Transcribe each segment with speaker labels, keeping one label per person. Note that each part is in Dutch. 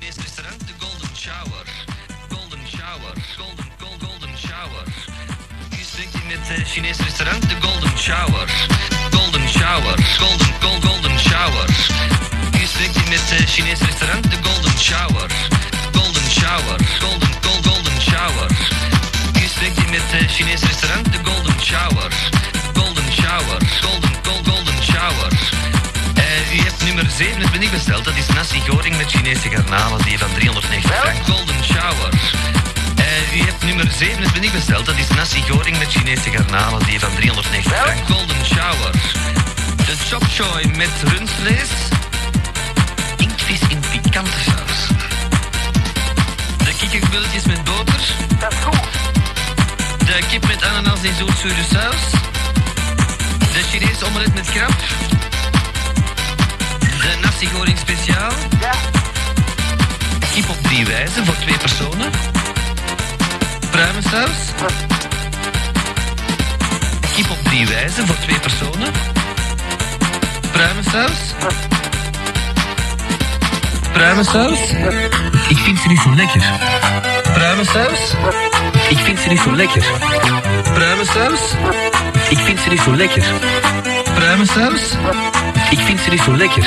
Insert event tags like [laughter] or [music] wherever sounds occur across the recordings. Speaker 1: restaurant de Golden Shower. Golden Shower. Golden, gold, golden Shower. Nu spreekt u met het Chinese restaurant de Golden Shower. Golden Shower. Golden, gold, golden Shower. Nu spreekt u met het Chinese restaurant de Golden Shower. Golden Shower. Golden, gold, golden Shower. Nu spreekt u met het Chinese restaurant de Golden Shower. Golden Shower. Golden, gold, golden Shower. Eh, u hebt nummer 27 besteld. Dat is nasi goring met Chinese garnalen die van 390 frank. Golden Shower. Eh, u hebt nummer 27 besteld. Dat is nasi goring met Chinese garnalen die van 390 frank. Golden Shower. De chop choy met rundvlees. Inktvis in pikante saus. De kikkerbilletjes met boter.
Speaker 2: Dat is goed.
Speaker 1: De kip met ananas in zoetzure saus. De Chinese omelet met krab. De nasi goring speciaal.
Speaker 2: Ja.
Speaker 1: Kip op drie wijzen voor twee personen. Pruimensaus. Kip op drie wijzen voor twee personen. Pruimensaus. Pruimensaus. Ik vind ze niet zo lekker. Pruimensaus. Ik vind ze niet zo lekker. Pruimensaus. Ik vind ze niet zo lekker. Pruimensaus. Ik vind ze niet zo lekker.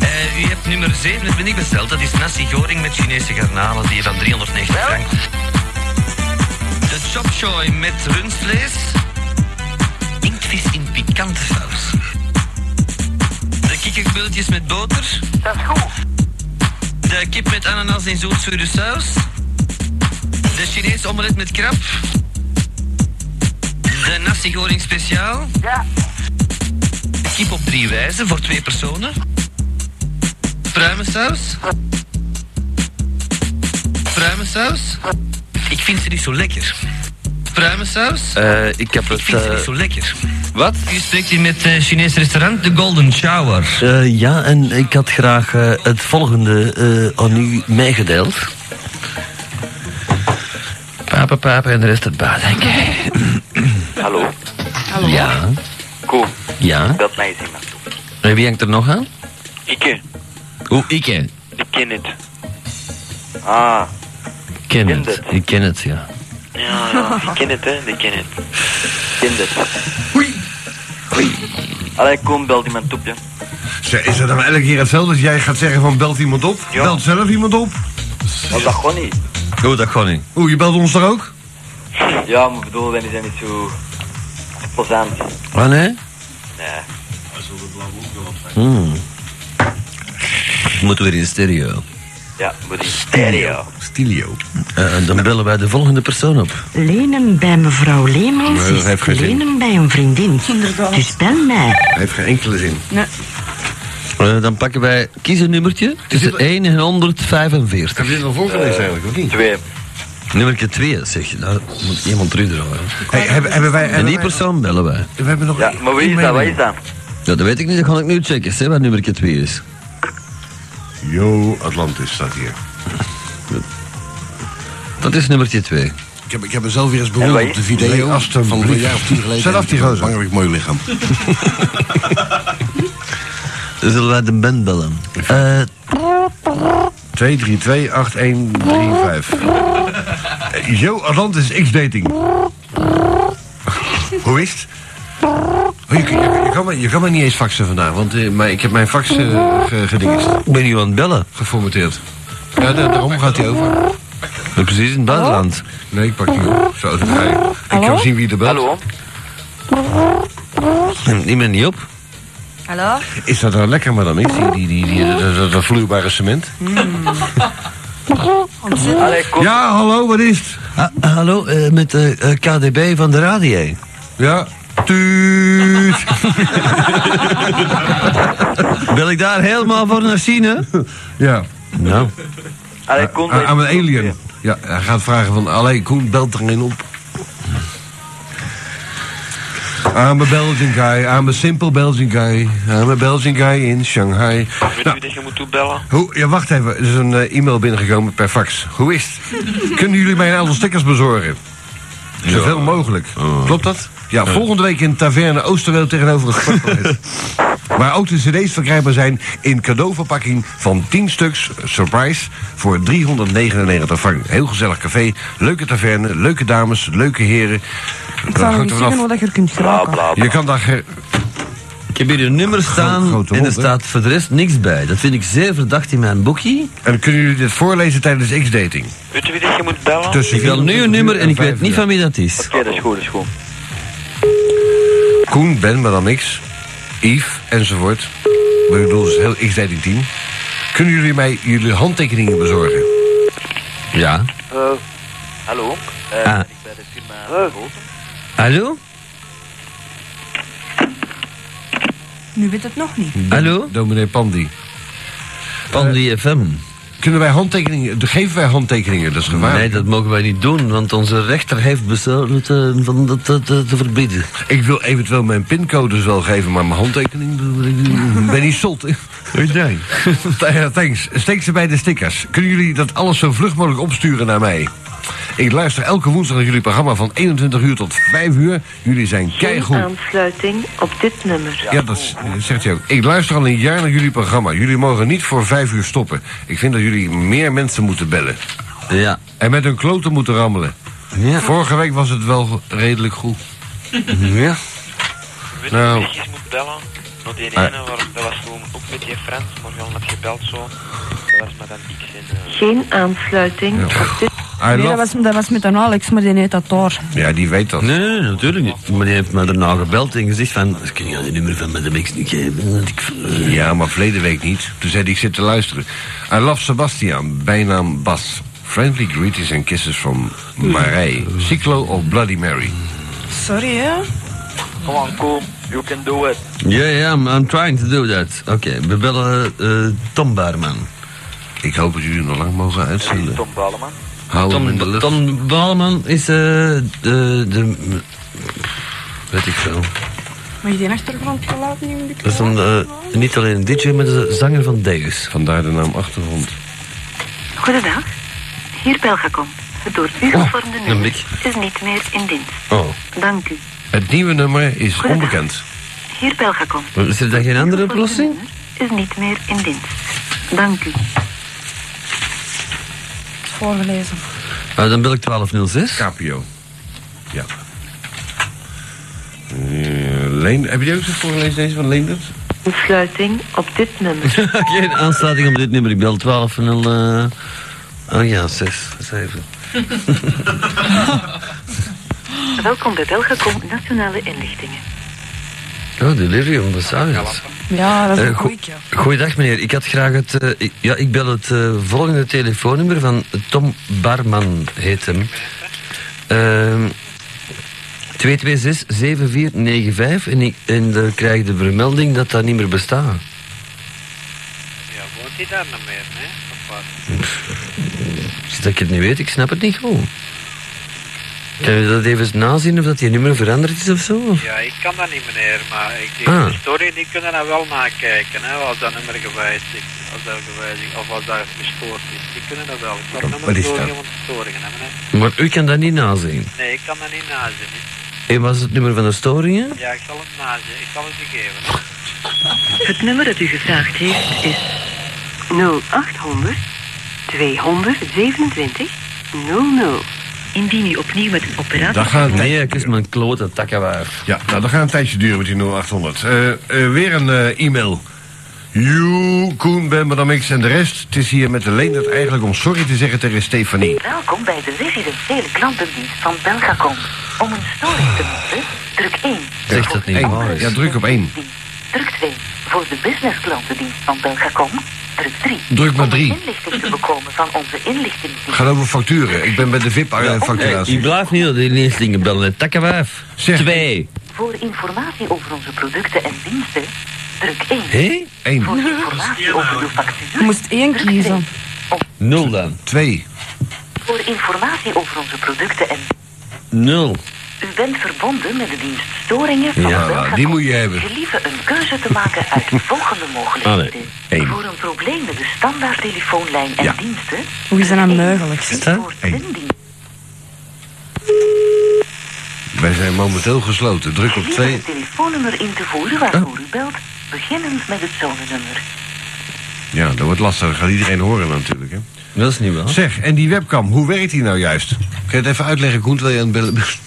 Speaker 1: Eh, u hebt nummer 27 besteld. Dat is nasi goring met Chinese garnalen die van 390 frank. De chop choy met rundvlees. Inktvis in pikante saus. De kikkerbilletjes met boter.
Speaker 2: Dat is goed.
Speaker 1: De kip met ananas in zoetzure saus. De Chinese omelet met krab. De nasi goring speciaal.
Speaker 2: Ja.
Speaker 1: Kip op drie wijzen voor twee personen. Pruimensaus. Pruimensaus. Ik vind ze niet zo lekker. Pruimensaus.
Speaker 3: Eh, ik heb
Speaker 1: Ik
Speaker 3: het...
Speaker 1: vind ze niet
Speaker 3: eh,
Speaker 1: zo lekker.
Speaker 3: wat?
Speaker 1: U spreekt hier met het Chinees restaurant The Golden [laughs] Shower.
Speaker 3: Eh, ja, en ik had graag eh, het volgende eh, aan u meegedeeld. Papen, papen en de rest het baas, denk ik.
Speaker 2: Hallo.
Speaker 3: Ja,
Speaker 2: Koen,
Speaker 3: ja.
Speaker 2: dat mij is iemand.
Speaker 3: En wie hangt er nog aan?
Speaker 2: Ik, eh,
Speaker 3: Oeh, ik ken.
Speaker 2: ik ken het. Ah,
Speaker 3: ken
Speaker 2: Ken
Speaker 3: het.
Speaker 2: het.
Speaker 3: Ik ken het, ja.
Speaker 2: ja, ja. Ik ken het, hè. Ik ken het. Ik ken het. Hoi. Hoi. Allee, Koen, bel iemand op, hè.
Speaker 4: Zeg, Is dat dan elke keer hetzelfde als jij gaat zeggen van belt iemand op?
Speaker 2: Ja.
Speaker 4: Belt zelf iemand op?
Speaker 2: Maar dat gewoon niet.
Speaker 3: Oh, dat gewoon niet.
Speaker 4: Oeh, je belt ons daar ook?
Speaker 2: Ja, maar ik bedoel, wij zijn niet zo... plezant.
Speaker 3: Ah, nee?
Speaker 2: Nee.
Speaker 3: Hmm. Moeten we weer in stereo.
Speaker 2: Ja, moet in stereo.
Speaker 4: Stilio.
Speaker 3: Eh, dan bellen wij de volgende persoon op.
Speaker 5: Lenen bij mevrouw Leemans
Speaker 4: Nee, dat heeft geen
Speaker 5: is
Speaker 4: zin.
Speaker 5: lenen bij een vriendin. Dus bel mij.
Speaker 4: Hij heeft geen enkele zin.
Speaker 3: Eh, dan pakken wij, kies een nummertje tussen
Speaker 4: het-
Speaker 3: 1 en 145.
Speaker 4: Heb je dit al
Speaker 2: Eh,
Speaker 4: voorgelezen eigenlijk, of niet?
Speaker 2: Twee.
Speaker 3: Nummertje 2, zeg. Daar moet iemand terugdraaien.
Speaker 4: Hey, hebben, hebben wij...
Speaker 3: En
Speaker 4: hebben
Speaker 3: die
Speaker 4: wij-
Speaker 3: persoon bellen wij.
Speaker 4: We hebben nog
Speaker 2: Ja, maar wie is dat? Wat is dat?
Speaker 3: Ja, dat weet ik niet, dat ga ik nu checken, hè, wat nummertje 2 is.
Speaker 4: Yo, Atlantis staat hier.
Speaker 3: Dat is nummertje 2.
Speaker 6: Ik heb, ik heb mezelf weer eens
Speaker 2: En
Speaker 6: beroemd
Speaker 2: wij?
Speaker 6: op de video
Speaker 4: Nee, Aston,
Speaker 6: van
Speaker 4: broer.
Speaker 6: een jaar of tien geleden.
Speaker 4: Zet af die gozer.
Speaker 6: Banger ik mooi lichaam.
Speaker 3: Dan zullen wij de band bellen. Eh,
Speaker 4: 2328135. Yo, Atlantis X-dating. Hoe is het? Oh, je, kan- je kan- je kan me, je kan me niet eens faxen vandaag, want eh, maar ik heb mijn fax eh, ge- gedingest,
Speaker 3: ik ben nu aan het bellen.
Speaker 4: geformateerd. Ja, da- daarom gaat hij over.
Speaker 3: Ik ben precies in het buitenland.
Speaker 4: Nee, ik pak die op. Zo, dan ga je. Ik kan zien wie er belt.
Speaker 2: Hallo?
Speaker 3: Neemt niemand niet op.
Speaker 5: Hallo?
Speaker 4: Is dat wel lekker, madame? Ik, Die, die, die, die, dat, dat- dat vloeibare cement?
Speaker 2: Allee, kom.
Speaker 4: Ja, hallo, wat is het?
Speaker 1: Ah, hallo, eh, met eh, eh, KDB van de radio.
Speaker 4: Ja, tuut.
Speaker 1: Wil ik daar helemaal voor naar zien, hè?
Speaker 4: Ja,
Speaker 1: Nou,
Speaker 2: Allee, kom.
Speaker 4: aan aan een Ah, alien. Ja, hij gaat vragen van, allee, Koen, belt er een op. I'm a Belgian guy, I'm a simple Belgian guy. I'm a Belgian guy in Shanghai.
Speaker 7: Weet
Speaker 4: Nou,
Speaker 7: u dat je moet toebellen?
Speaker 4: Hoe, ja, wacht even. Er is een eh, e-mail binnengekomen per fax. Hoe is het? Kunnen jullie mij een aantal stickers bezorgen? Zoveel mogelijk. Klopt dat? Ja, volgende week in Taverne Oosterweel tegenover het sportpaleis. Waar ook de cd's verkrijgbaar zijn in cadeauverpakking van 10 stuks, eh, surprise, voor 399 frank. Heel gezellig café, leuke taverne, leuke dames, leuke heren.
Speaker 5: Ik
Speaker 4: Dat
Speaker 5: zou
Speaker 4: hangt
Speaker 5: niet zeggen
Speaker 4: er vanaf.
Speaker 5: hoe dat je er kunt
Speaker 2: Bla
Speaker 5: geraken.
Speaker 2: bla
Speaker 4: Je
Speaker 2: bla.
Speaker 4: kan daar... ge-
Speaker 1: ik heb hier een nummer staan
Speaker 4: grote
Speaker 1: en er
Speaker 4: mond, hè?
Speaker 1: staat voor de rest niks bij. Dat vind ik zeer verdacht in mijn boekje.
Speaker 4: En kunnen jullie dit voorlezen tijdens X-dating?
Speaker 7: Weet u wie dat je moet bellen?
Speaker 4: Tussen
Speaker 1: Ik wil nu
Speaker 4: 24
Speaker 1: een nummer
Speaker 4: uur
Speaker 1: en ik weet
Speaker 4: 5
Speaker 1: niet
Speaker 4: uur.
Speaker 1: van wie dat is.
Speaker 2: Oké, dat is goed, dat is goed.
Speaker 4: Koen, Ben, maar dan niks. Yves, enzovoort. Ik bedoel, het is heel X-dating team. Kunnen jullie mij jullie handtekeningen bezorgen?
Speaker 1: Ja.
Speaker 2: Eh, hallo. Eh,
Speaker 1: Ah.
Speaker 2: Ik ben de firma Goten.
Speaker 1: Hallo?
Speaker 5: Nu weet het nog niet.
Speaker 1: Hallo?
Speaker 4: Dominee Pandy.
Speaker 1: Pandy FM.
Speaker 4: Kunnen wij handtekeningen... de- Geven wij handtekeningen? Dat is gevaarlijk.
Speaker 1: Nee, dat mogen wij niet doen, want onze rechter heeft besloten eh, van dat te, te, te verbieden.
Speaker 4: Ik wil eventueel mijn pincodes wel geven, maar mijn handtekening... Ik ben niet zot. [laughs] Nee. Thanks. Steek ze bij de stickers. Kunnen jullie dat alles zo vlug mogelijk opsturen naar mij? Ik luister elke woensdag naar jullie programma van 21 uur tot 5 uur. Jullie zijn keigoed.
Speaker 8: aansluiting op dit nummer.
Speaker 4: Ja, dat is- eh, zegt hij ook. Ik luister al een jaar naar jullie programma. Jullie mogen niet voor vijf uur stoppen. Ik vind dat jullie meer mensen moeten bellen.
Speaker 1: Ja.
Speaker 4: En met hun kloten moeten rammelen.
Speaker 1: Ja.
Speaker 4: Vorige week was het wel redelijk goed.
Speaker 1: ja.
Speaker 7: Weet je
Speaker 4: Nou.
Speaker 7: wie dat je moet bellen? Nog die
Speaker 4: Ah.
Speaker 7: ene, waar, dat was toen ook met die Frans, maar je had gebeld zo. Dat was met een X in. eh,
Speaker 8: Geen aansluiting op dit
Speaker 4: I
Speaker 5: Nee, dat
Speaker 4: love...
Speaker 5: was, dat was met een Alex, maar die heet dat door.
Speaker 4: Ja, die weet dat.
Speaker 1: Nee, nee, nee, natuurlijk niet. Maar die heeft me daarna gebeld en gezegd van... Ik kan jou die nummer van Madame X niet geven. want ik, eh,
Speaker 4: Ja, maar verleden week niet. Toen zei hij, ik zit te luisteren. I love Sebastian, bijnaam Bas. Friendly greetings and kisses from Marij. Cyclo of Bloody Mary.
Speaker 5: Sorry, hè?
Speaker 2: Come on, Koen. You can do it.
Speaker 1: Ja, ja, I'm- I'm trying to do that. Oké, we bellen eh, Tom Baarman.
Speaker 4: Ik hoop dat jullie nog lang mogen
Speaker 2: Wie is
Speaker 4: uitzenden.
Speaker 2: Tom Balleman?
Speaker 4: Hou hem in de
Speaker 1: Tom,
Speaker 4: lucht.
Speaker 1: Tom Baarman is eh, de, de... Weet ik veel.
Speaker 5: Mag je die achtergrondgeluid niet in de
Speaker 1: Dat is een, eh, niet alleen een DJ, maar dat is een zanger van Deus.
Speaker 4: Vandaar de naam achtergrond.
Speaker 8: Goedendag. Hier Belgacom. Het door u gevormde
Speaker 1: een
Speaker 8: nummer
Speaker 1: mik.
Speaker 8: is niet meer in dienst.
Speaker 1: Oh.
Speaker 8: Dank u.
Speaker 4: Het nieuwe nummer is onbekend.
Speaker 8: Hier Belgacom.
Speaker 1: Is er dan geen andere
Speaker 8: Het gevormde
Speaker 1: oplossing?
Speaker 8: nummer Is niet meer in dienst. Dank u.
Speaker 5: voorgelezen?
Speaker 1: Ah, dan bel ik 1206.
Speaker 4: Capio. Ja. Eh, Leen, heb je die ook zo voorgelezen deze van Leendert?
Speaker 8: Aansluiting op dit nummer.
Speaker 1: [laughs] Geen aansluiting op dit nummer. Ik bel 12 van 0. eh, oh ja, 6, 7.
Speaker 8: Welkom bij Belgacom Nationale Inlichtingen.
Speaker 1: Oh, delirium, wat zou dat?
Speaker 5: Ja, dat is
Speaker 1: Eh,
Speaker 5: een
Speaker 1: go-
Speaker 5: goeie. ja.
Speaker 1: Goeiedag meneer, ik had graag het... eh, ik- ja, ik bel het eh, volgende telefoonnummer van Tom Barman, heet hem. Ehm 226-7495 en, ik, en dan krijg ik de vermelding dat dat niet meer bestaat.
Speaker 7: Ja, woont hij daar nou meer, hè? Of wat?
Speaker 1: Is Dus dat ik het niet weet, ik snap het niet goed. Kan je dat even eens nazien of dat die nummer veranderd is of zo?
Speaker 7: Ja, ik kan dat niet, meneer, maar ik, die
Speaker 1: Ah.
Speaker 7: historie die kunnen dat wel nakijken, hè, als dat nummer gewijzigd, als dat gewijzigd, of als dat gestoord is. Die kunnen dat wel. Ik
Speaker 4: Wat-
Speaker 7: kan dat
Speaker 4: wat is
Speaker 7: nummer
Speaker 4: dat?
Speaker 7: doorgeven, want storingen, hè, meneer.
Speaker 1: Maar u kan dat niet nazien.
Speaker 7: Nee, ik kan dat niet nazien.
Speaker 1: En was het nummer van de storingen?
Speaker 7: Ja, ik zal het nazien. Ik zal het u geven.
Speaker 8: Het nummer dat u gevraagd heeft is 0800 227 00. Indien u opnieuw met een operator...
Speaker 4: Daar gaan
Speaker 1: Nee, ik is mijn klote takkenwaar.
Speaker 4: Ja, nou, dat gaat een tijdje duren met die 0800. Eh, eh, weer een eh, e-mail. Joe, Koen, Ben, Madame X en de rest. Het is hier met de Leendert eigenlijk om sorry te zeggen tegen Stefanie.
Speaker 8: Welkom bij de residentiële klantendienst van Belgacom. Om een storing te melden, druk 1.
Speaker 1: Zeg dat niet
Speaker 4: Eén.
Speaker 1: waar is.
Speaker 4: Ja, druk op één.
Speaker 9: Druk 2. Voor de businessklantendienst van Belgacom. Druk 3.
Speaker 4: Druk maar drie.
Speaker 9: Om inlichting te bekomen van onze inlichtingsdienst.
Speaker 4: Gaat over facturen. Ik ben bij de VIP-facturatie.
Speaker 1: Ik blijf niet dat die leerlingen bellen. Takken vijf.
Speaker 4: Zeg.
Speaker 1: Twee.
Speaker 9: Voor informatie over onze producten en diensten. Druk 1.
Speaker 1: Hé?
Speaker 4: Eén,
Speaker 9: Voor informatie over uw
Speaker 5: Je
Speaker 9: factuur.
Speaker 5: moest één
Speaker 9: druk twee.
Speaker 5: kiezen.
Speaker 1: Nul dan.
Speaker 4: twee.
Speaker 9: Voor informatie over onze producten en...
Speaker 1: Nul.
Speaker 9: U bent verbonden met de dienst Storingen van
Speaker 1: Ja,
Speaker 9: Belgacom.
Speaker 4: die moet je hebben. Ah,
Speaker 9: Gelieve een keuze te maken uit
Speaker 4: [laughs]
Speaker 9: de volgende mogelijkheden.
Speaker 1: Allee, één.
Speaker 9: Voor een probleem met de standaard telefoonlijn en diensten...
Speaker 5: Hoe is dat nou
Speaker 9: druk één.
Speaker 5: mogelijk?
Speaker 1: hè?
Speaker 9: Voor zenddiensten.
Speaker 4: Wij zijn momenteel gesloten. Druk op
Speaker 9: Gelieve
Speaker 4: twee.
Speaker 9: het telefoonnummer in te voeren waarvoor u belt, beginnend met het zonenummer.
Speaker 4: Ja, dat wordt lastig. Dat gaat iedereen horen natuurlijk, hè.
Speaker 1: Dat is niet wel.
Speaker 4: Zeg, en die webcam, hoe werkt die nou juist? Kun je het even uitleggen, Koen, terwijl je aan het bellen bent?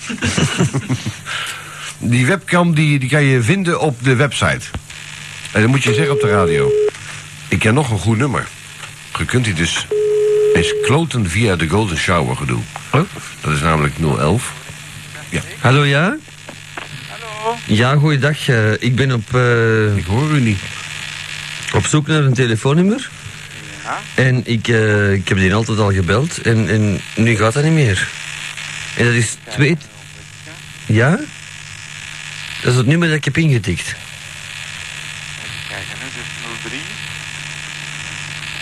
Speaker 4: [laughs] die webcam, die, die kan je vinden op de website. En dat moet je zeggen op de radio. Ik ken nog een goed nummer. Je kunt die dus eens kloten via de Golden Shower gedoe.
Speaker 1: Oh.
Speaker 4: Dat is namelijk 011.
Speaker 1: Hallo, ja? Hallo. Ja, goeiedag. eh, ik ben op, eh,
Speaker 4: Ik hoor u niet.
Speaker 1: op zoek naar een telefoonnummer. En ik, eh, ik heb die altijd al gebeld. En, en nu gaat dat niet meer. En dat is twee... Ja? Dat is het nummer dat ik heb ingetikt.
Speaker 10: Even kijken, hè. dit is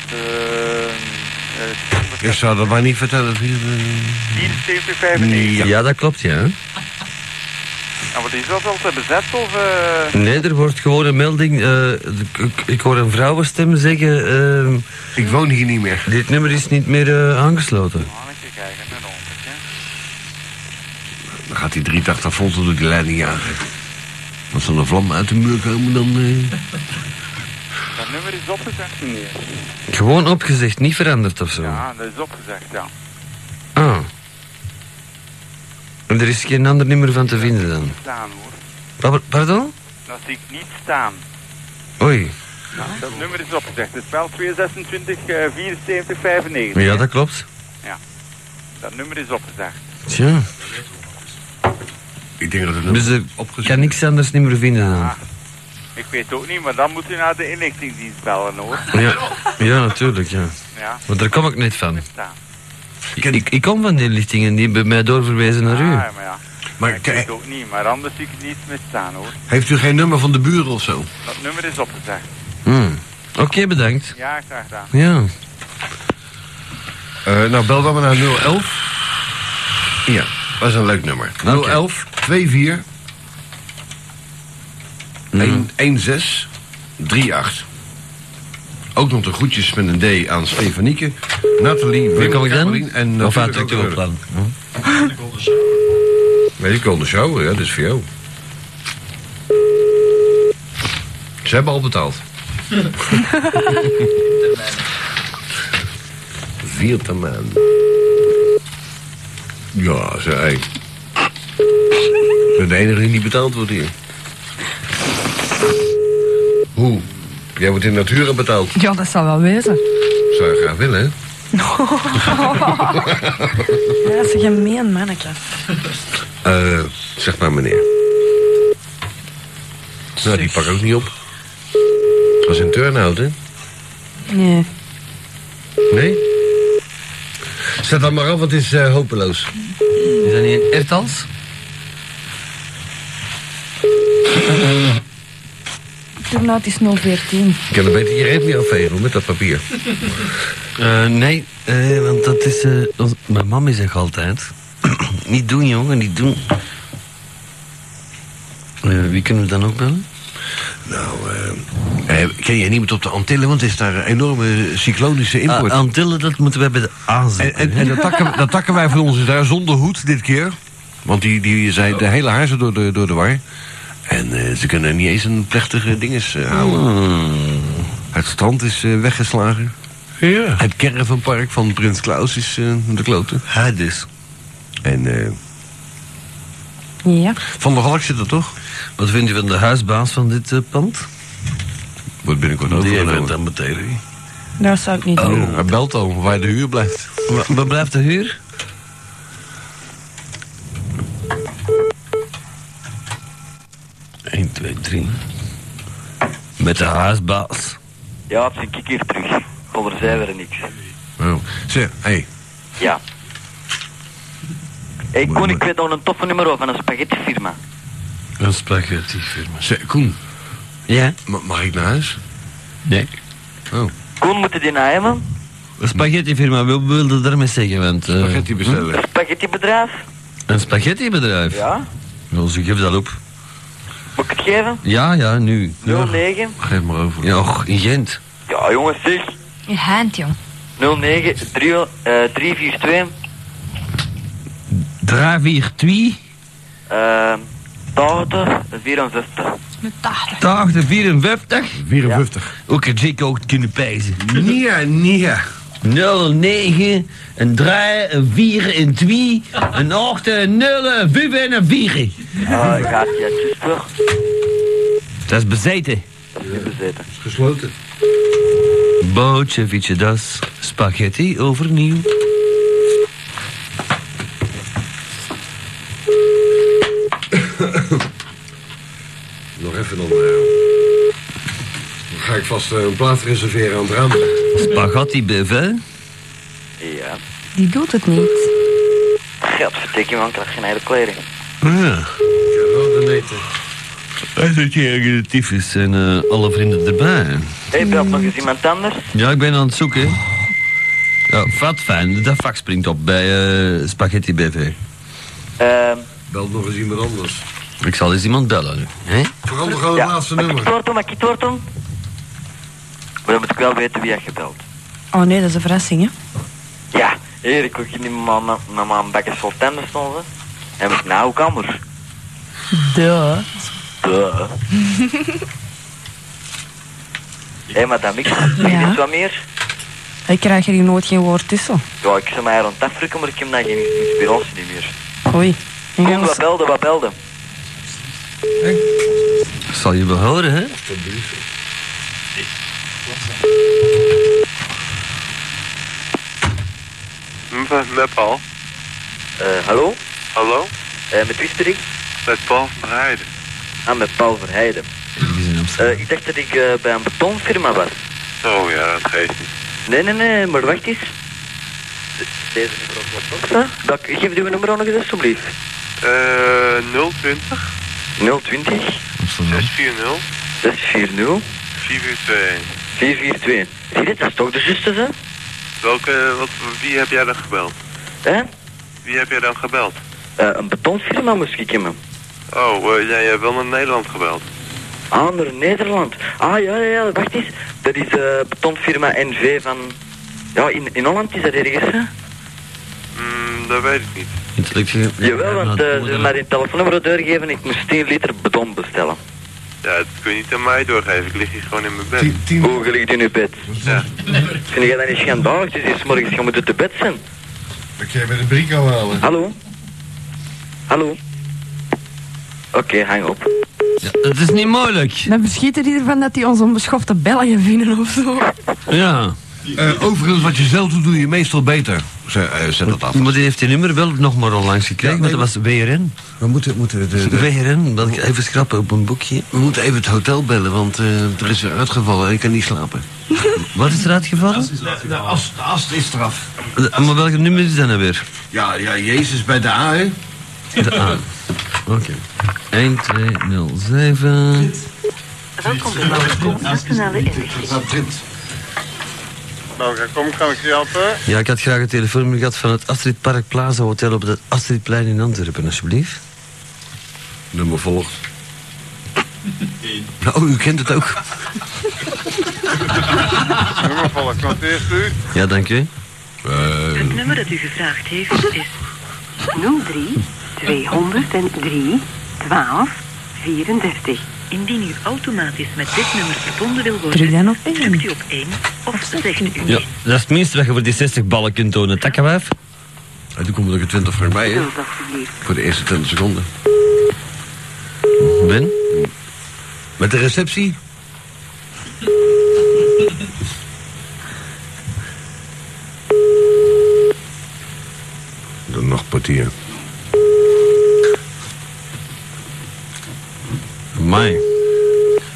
Speaker 10: 03. De, eh
Speaker 4: Ik zou dat maar niet vertellen.
Speaker 10: 7495.
Speaker 1: Ja, dat klopt, ja.
Speaker 10: Nou, wat is dat al te bezet of... eh
Speaker 1: Nee, er wordt gewoon een melding. eh, ik, ik- ik hoor een vrouwenstem zeggen... ehm,
Speaker 4: Ik woon hier niet meer.
Speaker 1: dit nummer is niet meer eh, aangesloten.
Speaker 10: Ah, even kijken, een honderd, hè.
Speaker 4: Dan gaat die 380 volt door die leiding jagen. Als er een vlam uit de muur komen, dan... eh,
Speaker 10: Dat nummer is opgezegd, meneer.
Speaker 1: Gewoon opgezegd, niet veranderd of zo.
Speaker 10: Ja, dat is opgezegd, ja.
Speaker 1: Ah. En er is geen ander nummer van te vinden dan.
Speaker 10: Staan, hoor.
Speaker 1: Pa- Pardon?
Speaker 10: Dat zie ik niet staan.
Speaker 1: Oei.
Speaker 10: Dat nummer is opgezegd. Het is wel 226 eh, 7495.
Speaker 1: Ja, dat klopt.
Speaker 10: Dat nummer is opgezegd.
Speaker 1: Tja.
Speaker 4: Ik denk
Speaker 10: Hm?
Speaker 4: dat het nummer...
Speaker 1: Dus er
Speaker 4: Opgezet.
Speaker 1: kan niks anders niet meer vinden dan.
Speaker 10: Ah. Ik weet ook niet, maar dan moet u naar de inlichtingdienst bellen,
Speaker 2: [laughs]
Speaker 10: hoor.
Speaker 1: Ja, ja natuurlijk, ja.
Speaker 10: Ja,
Speaker 1: Maar daar kom ik niet van.
Speaker 10: staan.
Speaker 1: Ik, ik kom van die lichting en die hebben mij doorverwezen naar
Speaker 10: Ah,
Speaker 1: u.
Speaker 10: ja, maar ja.
Speaker 4: Maar
Speaker 10: ik
Speaker 4: kijk-
Speaker 10: weet ook niet, maar anders zie ik het niet meer staan, hoor.
Speaker 4: Heeft u geen nummer van de buren of zo?
Speaker 10: Dat nummer is opgezegd.
Speaker 1: Hmm. Oké, bedankt.
Speaker 10: Ja, graag gedaan.
Speaker 1: Ja.
Speaker 4: Eh, nou, bel dan maar naar 011. Ja, dat is een leuk nummer. 011 24
Speaker 1: Mhm.
Speaker 4: 116 38. Ook nog de groetjes met een D aan Stefanieke, Nathalie,
Speaker 1: Wie
Speaker 4: Wim,
Speaker 1: kom ik
Speaker 4: Caroline
Speaker 1: dan?
Speaker 4: en
Speaker 1: of had
Speaker 4: natuurlijk
Speaker 1: ik
Speaker 4: ook
Speaker 1: op plan?
Speaker 4: Nee, die kon de show, ja, dat is voor jou. Ze hebben al betaald. Vierde maand. Ja, zei hij. Ik ben de enige die niet betaald wordt hier. Hoe? Jij wordt in natura betaald.
Speaker 5: Ja, dat zal wel wezen.
Speaker 4: Zou je graag willen, hè?
Speaker 5: Ja, dat is een gemeen mannetje.
Speaker 4: Eh, zeg maar meneer. Nou, die pak ik ook niet op. Dat is een turnout, hè?
Speaker 5: Nee.
Speaker 4: Nee? Zet dat maar af, want het is eh, hopeloos.
Speaker 1: Is dat niet een Ertals?
Speaker 5: Turnout is 014.
Speaker 4: Ik kan er beter je reet niet afvegen met dat papier.
Speaker 1: Eh, nee, eh, want dat is... eh, ons- mijn mama zegt altijd... [coughs] niet doen, jongen, niet doen. Eh, wie kunnen we dan ook bellen?
Speaker 4: Nou, eh, eh, ken jij niemand op de Antillen, want er is daar een enorme cyclonische import.
Speaker 1: Ah, Antillen, dat moeten we bij de A
Speaker 4: en
Speaker 1: zetten.
Speaker 4: en, en dat, takken, dat takken wij van ons is daar zonder hoed dit keer. Want die, die zijn de hele haarzen door de, door de war. En eh, ze kunnen niet eens een plechtige dinges eh, houden. Het strand is eh, weggeslagen.
Speaker 1: Ja.
Speaker 4: Het caravanpark van Prins Klaus is eh, de kloten.
Speaker 1: Hades.
Speaker 4: En eh,
Speaker 5: Ja.
Speaker 4: Van der Valk zit er toch?
Speaker 1: Wat vindt u van de huisbaas van dit eh, pand?
Speaker 4: Wordt binnenkort
Speaker 1: Die heeft
Speaker 4: overgenomen.
Speaker 1: dan meteen.
Speaker 5: Dat zou ik niet doen.
Speaker 4: Oh, hij belt al, waar de huur blijft.
Speaker 1: Wa- Waar blijft de huur? Eén, twee, drie. Met de huisbaas.
Speaker 2: Ja, het is een kikker terug. Poller zij weer niks.
Speaker 4: Oh. Zeg, hé. Hey.
Speaker 2: Ja. Hé, hey, Koen, ik weet nog een toffe nummer over van een spaghettifirma.
Speaker 11: Een spaghettifirma. Zeg, Koen,
Speaker 1: Ja?
Speaker 4: ma- mag ik naar huis?
Speaker 11: nee.
Speaker 4: Oh.
Speaker 2: Koen, moet je die naar man?
Speaker 1: Een spaghettifirma, wat wilde daarmee zeggen? Want, eh,
Speaker 4: Spaghetti bestellen.
Speaker 2: Spaghettibedrijf?
Speaker 1: Een spaghettibedrijf?
Speaker 2: Ja.
Speaker 1: Wel, ze geeft dat op.
Speaker 2: Moet ik het geven?
Speaker 1: Ja, ja, nu.
Speaker 2: 09.
Speaker 11: Geef maar over.
Speaker 1: Ja, och, in Gent.
Speaker 2: Ja, jongens, zeg.
Speaker 5: Je hand, jong.
Speaker 2: 09 3, eh 342
Speaker 1: 342,
Speaker 2: eh 80 64.
Speaker 1: 80, 54.
Speaker 4: 54.
Speaker 1: Ook een jik ook kunnen pijzen.
Speaker 4: Nia, Nia.
Speaker 1: 09, een 3, een 4, een 2, een 8, een 0, een 5 en een 4.
Speaker 2: Ah, ik haat je het toch?
Speaker 1: Dat is bezeten.
Speaker 2: Dat is niet bezeten.
Speaker 4: Gesloten.
Speaker 1: Bootje, fietje, das. Spaghetti overnieuw.
Speaker 4: Nog even dan. eh, dan ga ik vast eh, een plaats reserveren aan het raam.
Speaker 1: Spaghetti BV.
Speaker 2: Ja.
Speaker 5: Die doet het niet.
Speaker 2: Gadverdikke man, ik krijg geen hele kleding.
Speaker 1: Ja.
Speaker 4: Ik ga wel de eten.
Speaker 1: Hij zit hier in de tyfus en eh, alle vrienden erbij.
Speaker 2: Hé, hey, belt nog eens iemand anders?
Speaker 1: Ja, ik ben aan het zoeken. Ja, wat fijn. Dat vak springt op bij eh, Spaghetti BV.
Speaker 2: Ehm
Speaker 4: Bel nog eens iemand anders.
Speaker 1: Ik zal eens iemand bellen nu. Hè?
Speaker 4: Verander gewoon het
Speaker 2: ja,
Speaker 4: laatste
Speaker 2: maar ik
Speaker 4: nummer.
Speaker 2: Tortum, Akkie Tortum. Maar dan moet ik wel weten wie je gebeld.
Speaker 5: Oh nee, dat is een verrassing, hè?
Speaker 2: Ja, hier, ik ook niet naar mijn- naar mijn bekkers vol tanden stonden. En ik nou kamer.
Speaker 5: Duh.
Speaker 2: Duh. Hé, hey, madame, ik zeg
Speaker 5: Ja?
Speaker 2: iets wat meer.
Speaker 5: Ik krijg er hier nooit geen woord tussen.
Speaker 2: Ja, ik zou mij rond het afdrukken, maar ik heb dan geen inspiratie niet meer.
Speaker 5: Oei. En
Speaker 2: Kom,
Speaker 5: gaan
Speaker 2: wat
Speaker 5: we-
Speaker 2: belde, wat belde?
Speaker 1: Ik zal je wel horen, hè?
Speaker 12: Met Paul.
Speaker 2: Eh, hallo?
Speaker 12: Hallo?
Speaker 2: Eh, met wie spreek ik?
Speaker 12: Met Paul van Heijden.
Speaker 2: Ah, met Paul Verheijden.
Speaker 1: Die is in Amsterdam.
Speaker 2: Eh, ik dacht dat ik eh, bij een betonfirma was.
Speaker 12: Oh ja, dat geeft niet.
Speaker 2: Nee, nee, nee, maar wacht eens. De- Deze nummer op wat kost dat? Dat- Geef die nummer nog eens alsjeblieft.
Speaker 12: Eh, 020
Speaker 2: 020
Speaker 12: 640 442.
Speaker 2: 640 442. Zie je, dit? dat is toch de juiste, hè?
Speaker 12: Welke, wat, wie heb jij dan gebeld?
Speaker 2: Hè?
Speaker 12: Wie heb jij dan gebeld?
Speaker 2: Eh, een betonfirma moest ik hebben.
Speaker 12: Oh, eh, jij hebt wel naar Nederland gebeld.
Speaker 2: Ah, naar Nederland. Ah, ja, ja, ja, wacht eens. Dat is eh betonfirma NV van... Ja, in, in Holland is dat ergens, hè?
Speaker 12: Mm, dat weet ik niet.
Speaker 1: Intellectueel.
Speaker 2: Jawel, want eh, ze hebben mij een telefoonnummer doorgegeven. Ik moest 10 liter beton bestellen.
Speaker 12: Ja, dat kun je niet aan mij doorgeven. Ik lig hier gewoon in mijn bed.
Speaker 4: Tien, tien.
Speaker 2: Hoe gelukkig in uw bed?
Speaker 12: Ja.
Speaker 2: Vind jij dat niet schandalig? Het is eerst morgens, je moet uit de bed zijn.
Speaker 4: Ik ga je met de brico halen.
Speaker 2: Hallo? Hallo? Oké, hang op.
Speaker 1: Ja, het is niet moeilijk.
Speaker 5: Dan verschiet er hier van dat die ons onbeschofte Belgen vinden of zo.
Speaker 1: Ja.
Speaker 4: Eh, overigens, wat je zelf doet, doe je meestal beter. Zet, eh, zet dat af.
Speaker 1: Maar die heeft die nummer wel nog maar onlangs gekregen,
Speaker 4: Ja,
Speaker 1: want dat was WRN.
Speaker 4: We moeten, moeten de- de-
Speaker 1: WRN, dat ik even schrappen op een boekje.
Speaker 6: We moeten even het hotel bellen, want eh, er is weer uitgevallen en ik kan niet slapen.
Speaker 1: Wat is er uitgevallen?
Speaker 6: De, ast, is eraf.
Speaker 1: Eh, Maar welk nummer is dat nou weer?
Speaker 6: Ja, ja, Jezus bij de A, hè?
Speaker 1: De A. Oké. 1, 2, 0, 7.
Speaker 3: Welkom bij de snelle energie.
Speaker 12: Nou, kom, kan ik je helpen?
Speaker 1: Ja, ik had graag een telefoonnummer gehad van het Astrid Park Plaza Hotel op het Astridplein in Antwerpen, alsjeblieft.
Speaker 4: Nummer volgt. Nou,
Speaker 1: Oh, u kent het ook.
Speaker 12: Nummer volgt, wat eerst u?
Speaker 1: Ja, dank u.
Speaker 8: Het nummer dat u gevraagd heeft is
Speaker 3: 03 203 12 34.
Speaker 8: indien u automatisch met dit nummer verbonden wil
Speaker 5: Druk
Speaker 8: worden,
Speaker 5: dan op
Speaker 8: drukt
Speaker 5: één.
Speaker 8: u op 1 of zegt u
Speaker 1: Ja,
Speaker 8: nee.
Speaker 1: dat is het minste dat je voor die 60 ballen kunt tonen, takkenwijf.
Speaker 4: En toen komt er een 20 frank bij, hè?
Speaker 3: Geduld alstublieft.
Speaker 4: Voor de eerste 20 seconden.
Speaker 1: Ben?
Speaker 4: Met de receptie? Dan nog portier.
Speaker 1: Mij.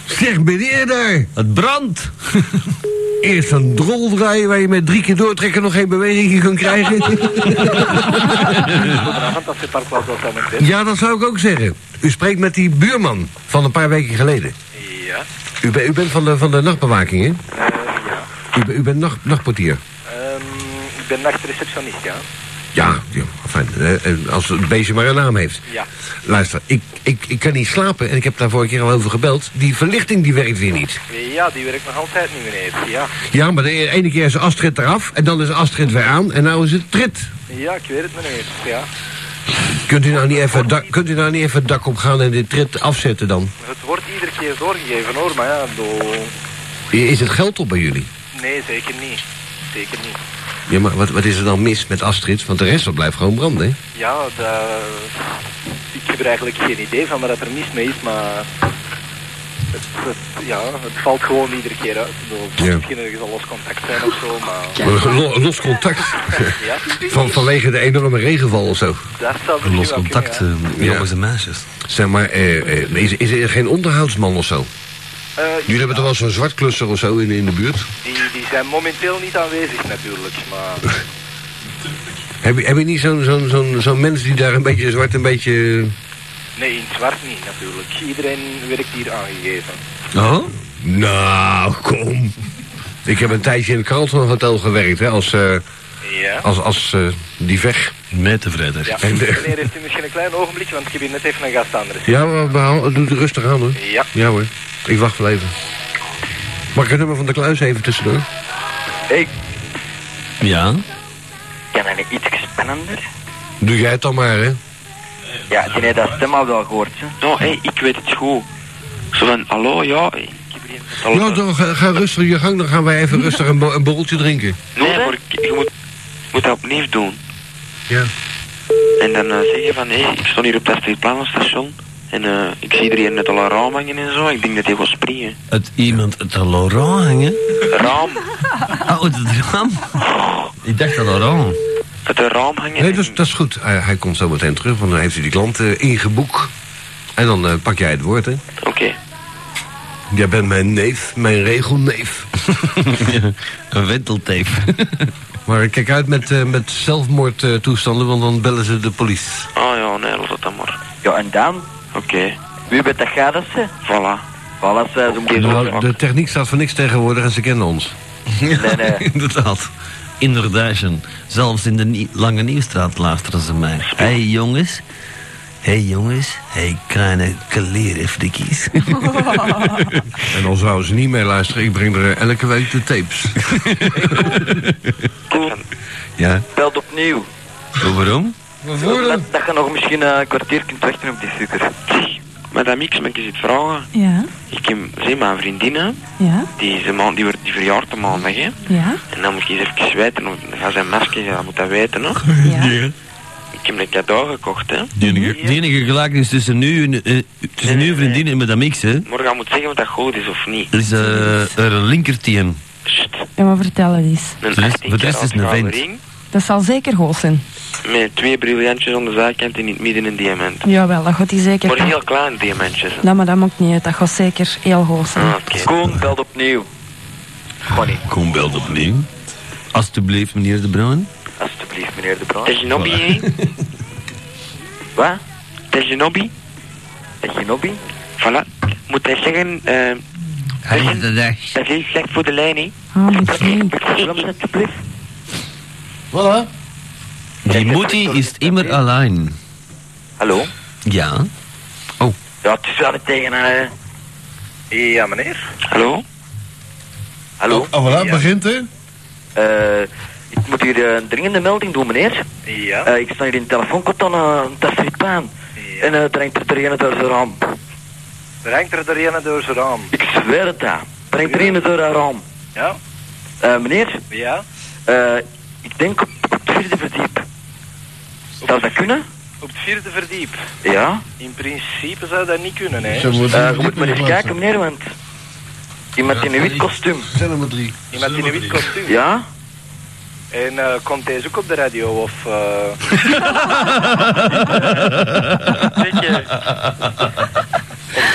Speaker 4: Zeg, meneer daar.
Speaker 1: Het brandt.
Speaker 4: Eerst een drol draaien waar je met drie keer doortrekken nog geen beweging kan [laughs] krijgen.
Speaker 12: Goedenavond, Eh, als je park wel welkom bent.
Speaker 4: ja, dat zou ik ook zeggen. U spreekt met die buurman van een paar weken geleden.
Speaker 12: Ja.
Speaker 4: U, be- u bent van de, van de nachtbewaking, hè?
Speaker 12: Eh, ja.
Speaker 4: U, be- u bent nacht, nachtportier.
Speaker 12: Ehm, ik ben nachtreceptionist, ja.
Speaker 4: Ja, ja fijn. Eh, eh, als het beestje maar een naam heeft.
Speaker 12: Ja.
Speaker 4: Luister, ik, ik, ik kan niet slapen en ik heb daar vorige keer al over gebeld. Die verlichting die werkt weer niet.
Speaker 12: Ja, die werkt nog altijd niet, meneer. Ja.
Speaker 4: Ja, maar de ene keer is Astrid eraf en dan is Astrid weer aan en nou is het trit.
Speaker 12: Ja, ik weet het, meneer. Ja.
Speaker 4: Kunt u nou niet even, het dak- kunt u nou niet even het dak op gaan en dit trit afzetten dan?
Speaker 12: Het wordt iedere keer doorgegeven, hoor, maar ja, do...
Speaker 4: I- Is het geld op bij jullie?
Speaker 12: Nee, zeker niet. Zeker niet.
Speaker 4: Ja, maar wat, wat is er dan mis met Astrid? Want de rest dat blijft gewoon branden, hè?
Speaker 12: Ja, dat... ik heb er eigenlijk geen idee van wat er mis mee is, maar... Het, het- ja, het valt gewoon iedere keer uit. Ik bedoel,
Speaker 4: Ja.
Speaker 12: Misschien ergens al los contact zijn of zo, maar...
Speaker 4: Lo- Los contact.
Speaker 12: [laughs] Ja,
Speaker 4: Van, vanwege de enorme regenval of zo.
Speaker 12: dat zou misschien
Speaker 6: Los
Speaker 12: wel kunnen,
Speaker 6: contact,
Speaker 12: ja.
Speaker 6: eh, jongens en meisjes.
Speaker 4: Zeg maar, eh, eh, is, is er geen onderhoudsman of zo?
Speaker 12: Eh,
Speaker 4: Jullie hebben toch wel zo'n zwartklusser of zo in, in de buurt?
Speaker 12: die, die zijn momenteel niet aanwezig natuurlijk, maar...
Speaker 4: Heb je, heb je niet zo'n zo'n zo'n zo'n mens die daar een beetje zwart een beetje...
Speaker 12: Nee, in het zwart niet natuurlijk. Iedereen werkt hier aangegeven.
Speaker 1: Oh?
Speaker 4: Nou, kom. Ik heb een tijdje in het Carlton Hotel gewerkt, hè, als, eh,
Speaker 12: Ja.
Speaker 4: als, als eh, die weg.
Speaker 6: Met de vrijdag.
Speaker 12: Ja,
Speaker 4: En de-
Speaker 12: meneer heeft u misschien een klein ogenblikje, want ik heb hier net even een gast aan de rest.
Speaker 4: Ja, maar behou- doe het rustig aan, hoor.
Speaker 12: Ja,
Speaker 4: Ja, hoor. Ik wacht wel even. Mag ik het nummer van de kluis even tussendoor?
Speaker 6: Ja?
Speaker 2: Kan dat niet iets spannender?
Speaker 4: Doe jij het dan maar, hè?
Speaker 2: Ja, die heeft dat stem al wel gehoord, hè.
Speaker 7: Nou, hé, ik weet het goed. Zo van, hallo, ja, ik heb hier een...
Speaker 4: Ja, dan ga, ga rustig je gang, dan gaan wij even rustig een, bo- een borreltje drinken.
Speaker 7: Nee, maar ik- je moet, je moet dat opnieuw doen.
Speaker 4: Ja.
Speaker 7: En dan zeggen zeg je van, hé, ik stond hier op dat station. En eh, ik zie iedereen met al een raam hangen en zo. Ik denk dat hij gaat springen.
Speaker 6: Het iemand het aan Laurent hangen?
Speaker 7: Raam.
Speaker 1: Oh, het raam. Ik dacht dat dat
Speaker 6: [laughs]
Speaker 1: raam.
Speaker 7: Het een raam hangen.
Speaker 4: Nee, dat is, dat is goed. Hij, hij komt zo meteen terug, want dan heeft hij die klant eh, ingeboekt. En dan eh, pak jij het woord, hè?
Speaker 7: en- Oké.
Speaker 4: Jij bent mijn neef, mijn regelneef.
Speaker 6: Een wenteltape.
Speaker 4: [laughs] Maar kijk uit met, eh, met zelfmoordtoestanden, want dan bellen ze de politie.
Speaker 7: Ah ja, nee, laat dat dan maar.
Speaker 2: Ja, en dan?
Speaker 7: Oké.
Speaker 2: Wie bent dat gaat dat ze?
Speaker 7: Voilà.
Speaker 2: Voilà, ze ze moeten...
Speaker 4: Nou, de techniek staat voor niks tegenwoordig en ze kennen ons.
Speaker 2: Nee,
Speaker 7: [laughs]
Speaker 2: nee.
Speaker 1: eh, [laughs]
Speaker 6: Inderdaad.
Speaker 1: Inderdaad. Zelfs in de nie- Lange Nieuwstraat luisteren ze mij. Hé hey, jongens. Hé hey, jongens. Hé hey, kleine [laughs] klerenfrikkies.
Speaker 4: En al zouden ze niet meer luisteren, ik breng er eh, elke week de tapes.
Speaker 6: Ja.
Speaker 2: Belt opnieuw.
Speaker 1: Oh,
Speaker 6: Waarom?
Speaker 2: Dat, dat je nog misschien eh, een kwartier kunt wachten op die suiker.
Speaker 7: Madame X, mag ik eens iets vragen?
Speaker 5: Ja,
Speaker 7: Ik heb, zie mijn vriendin, hè.
Speaker 5: ja,
Speaker 7: Die, is een maand, die, wordt- die verjaart de maandag, hè.
Speaker 5: ja,
Speaker 7: En dan moet je eens even weten, of, dan gaat zijn masker, ja, moet dat weten, hè.
Speaker 5: ja.
Speaker 7: Ik heb een cadeau gekocht, hè.
Speaker 1: De enige, de enige gelijkenis tussen nu en, eh, tussen uw vriendin en madame X, hè,
Speaker 7: Maar je moet zeggen of dat goed is of niet.
Speaker 1: is eh een linkertien.
Speaker 7: Sst.
Speaker 5: Ja, maar vertel het eens.
Speaker 7: Een
Speaker 1: Voor de rest-
Speaker 7: 18
Speaker 1: voor de rest is
Speaker 7: karaat
Speaker 1: het een
Speaker 7: gouden
Speaker 1: vent.
Speaker 7: ring
Speaker 5: Dat zal zeker goed zijn.
Speaker 7: Met twee briljantjes aan de zijkant en in het midden een diamant.
Speaker 5: Jawel, dat gaat hij zeker
Speaker 7: Maar
Speaker 5: goed.
Speaker 7: heel kleine diamantjes. hè.
Speaker 5: Nee, maar dat maakt niet uit. Dat gaat zeker heel goed zijn.
Speaker 7: Ah, oké.
Speaker 2: Koen, belt opnieuw. Gewoon niet,
Speaker 6: Kom wel opnieuw.
Speaker 1: Alsjeblieft, meneer De Bruin.
Speaker 2: alstublieft, meneer De
Speaker 7: Dat
Speaker 2: Bruin.
Speaker 7: is je hobby, hè?
Speaker 2: [laughs] Wat?
Speaker 7: Dat is je hobby.
Speaker 2: Dat geen hobby?
Speaker 7: Voilà. Moet hij zeggen, eh,
Speaker 1: Hij de dag.
Speaker 7: dat is heel slecht voor de lijn, hè?
Speaker 5: Ah, moet niet.
Speaker 2: alstublieft.
Speaker 4: Voilà.
Speaker 1: Die moetie is immer alleen.
Speaker 2: Hallo?
Speaker 1: Ja.
Speaker 2: Ja, het is wel niet tegen, eh.
Speaker 12: Ja, meneer.
Speaker 7: Hallo?
Speaker 2: Hallo?
Speaker 4: Oh, voilà, begint hè?
Speaker 2: Eh, ik moet hier eh, een dringende melding doen, meneer.
Speaker 12: Ja.
Speaker 2: Eh, ik sta hier in het telefoonkot aan eh, een tastripaan.
Speaker 12: Ja.
Speaker 2: En eh brengt er een door zijn raam.
Speaker 12: Er hangt er er een door zijn raam.
Speaker 2: Ik zweer het aan. Brengt er een door zijn raam.
Speaker 12: Ja?
Speaker 2: Eh, meneer,
Speaker 12: Ja?
Speaker 2: eh, ik denk op, op het vierde verdiep. Zou dat kunnen?
Speaker 12: Op het vierde verdiep.
Speaker 2: Ja.
Speaker 12: In principe zou dat niet kunnen, hè.
Speaker 2: Eh, je moet maar eens kijken, meneer, want... Iemand in een wit kostuum.
Speaker 4: Zijn er maar drie.
Speaker 12: Iemand in een wit kostuum.
Speaker 2: Ja?
Speaker 12: En eh, komt deze ook op de radio, of... eh,
Speaker 2: Zeker.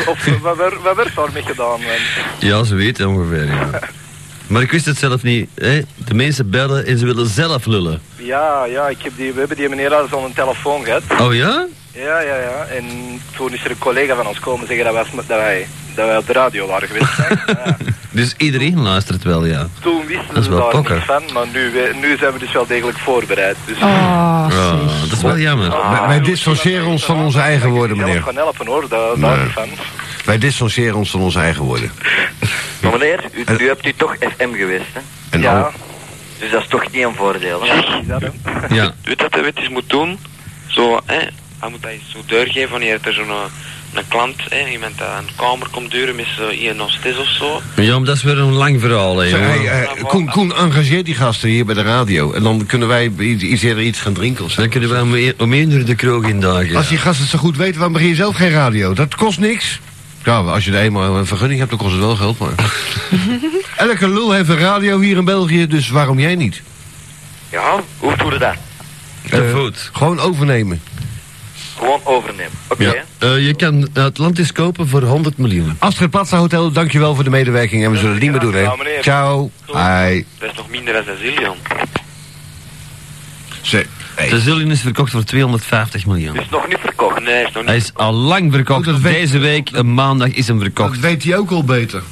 Speaker 12: Of, of wat, werd, wat werd daarmee gedaan? Want,
Speaker 1: Ja, ze weten ongeveer, ja. Maar ik wist het zelf niet. Hè? De mensen bellen en ze willen zelf lullen.
Speaker 12: ja, ja, ik heb die, we hebben die meneer al zo'n telefoon gehad.
Speaker 1: Oh ja?
Speaker 12: Ja, ja, ja. En toen is er een collega van ons komen zeggen dat, wij, sm- dat, wij, dat wij op de radio waren geweest.
Speaker 1: [laughs] Dus iedereen luistert wel, ja.
Speaker 12: Toen
Speaker 1: Dat
Speaker 12: wisten
Speaker 1: is
Speaker 12: ze
Speaker 1: wel
Speaker 12: daar
Speaker 1: pokker.
Speaker 12: niks van, maar nu, we- nu zijn we dus wel degelijk voorbereid. Dus
Speaker 5: Oh,
Speaker 1: Ah, dat is wel jammer.
Speaker 12: Ah,
Speaker 4: Wij- wij distancieren ons van onze eigen woorden,
Speaker 12: zelf
Speaker 4: meneer.
Speaker 12: gaan helpen hoor, daar,
Speaker 4: Nee.
Speaker 12: daarvan.
Speaker 4: Wij distancieren ons van onze eigen woorden.
Speaker 2: Maar meneer, u, u hebt u toch FM geweest, hè?
Speaker 4: En al-
Speaker 12: Ja,
Speaker 2: Dus dat is toch niet een voordeel, hè?
Speaker 12: dat hè.
Speaker 1: Ja,
Speaker 7: Weet dat de wet eens moet doen? Zo, hè, hij moet dat eens zo doorgeven wanneer er zo'n eh, een klant, hè, iemand dat een kamer komt duren met zo'n INOS hostes of zo.
Speaker 1: ja, maar dat is weer een lang verhaal, hè,
Speaker 4: Zeg,
Speaker 1: jongen.
Speaker 4: hey, eh, Koen, Koen, engageer die gasten hier bij de radio. En dan kunnen wij iets, iets eerder iets gaan drinken of zo.
Speaker 1: Dan kunnen wij om e- om één uur de kroeg indagen.
Speaker 4: Als die gasten het zo goed weten, waarom begin je zelf geen radio? Dat kost niks. Ja, maar als je er eenmaal een vergunning hebt, dan kost het wel geld, maar... [laughs] Elke lul heeft een radio hier in België, dus waarom jij niet?
Speaker 2: Ja, hoe voelde dat?
Speaker 1: Eh, goed.
Speaker 4: Gewoon overnemen.
Speaker 2: Gewoon overnemen. Oké.
Speaker 1: Ja. Eh, je kan Atlantis kopen voor 100 miljoen.
Speaker 4: Astrid Plaza Hotel, dankjewel voor de medewerking en we zullen het niet meer doen, hè.
Speaker 7: gedaan, meneer.
Speaker 4: Ciao. Hi.
Speaker 7: Dat is nog minder dan een zillion.
Speaker 4: Ze- hey.
Speaker 1: De Zillion is verkocht voor 250 miljoen.
Speaker 2: Is nog niet verkocht.
Speaker 7: Nee, is nog
Speaker 1: Hij
Speaker 7: niet.
Speaker 1: is al lang verkocht.
Speaker 4: Oh, dat weet-
Speaker 1: Deze week, een maandag, is hem
Speaker 4: Dat
Speaker 1: verkocht.
Speaker 4: weet hij ook al beter.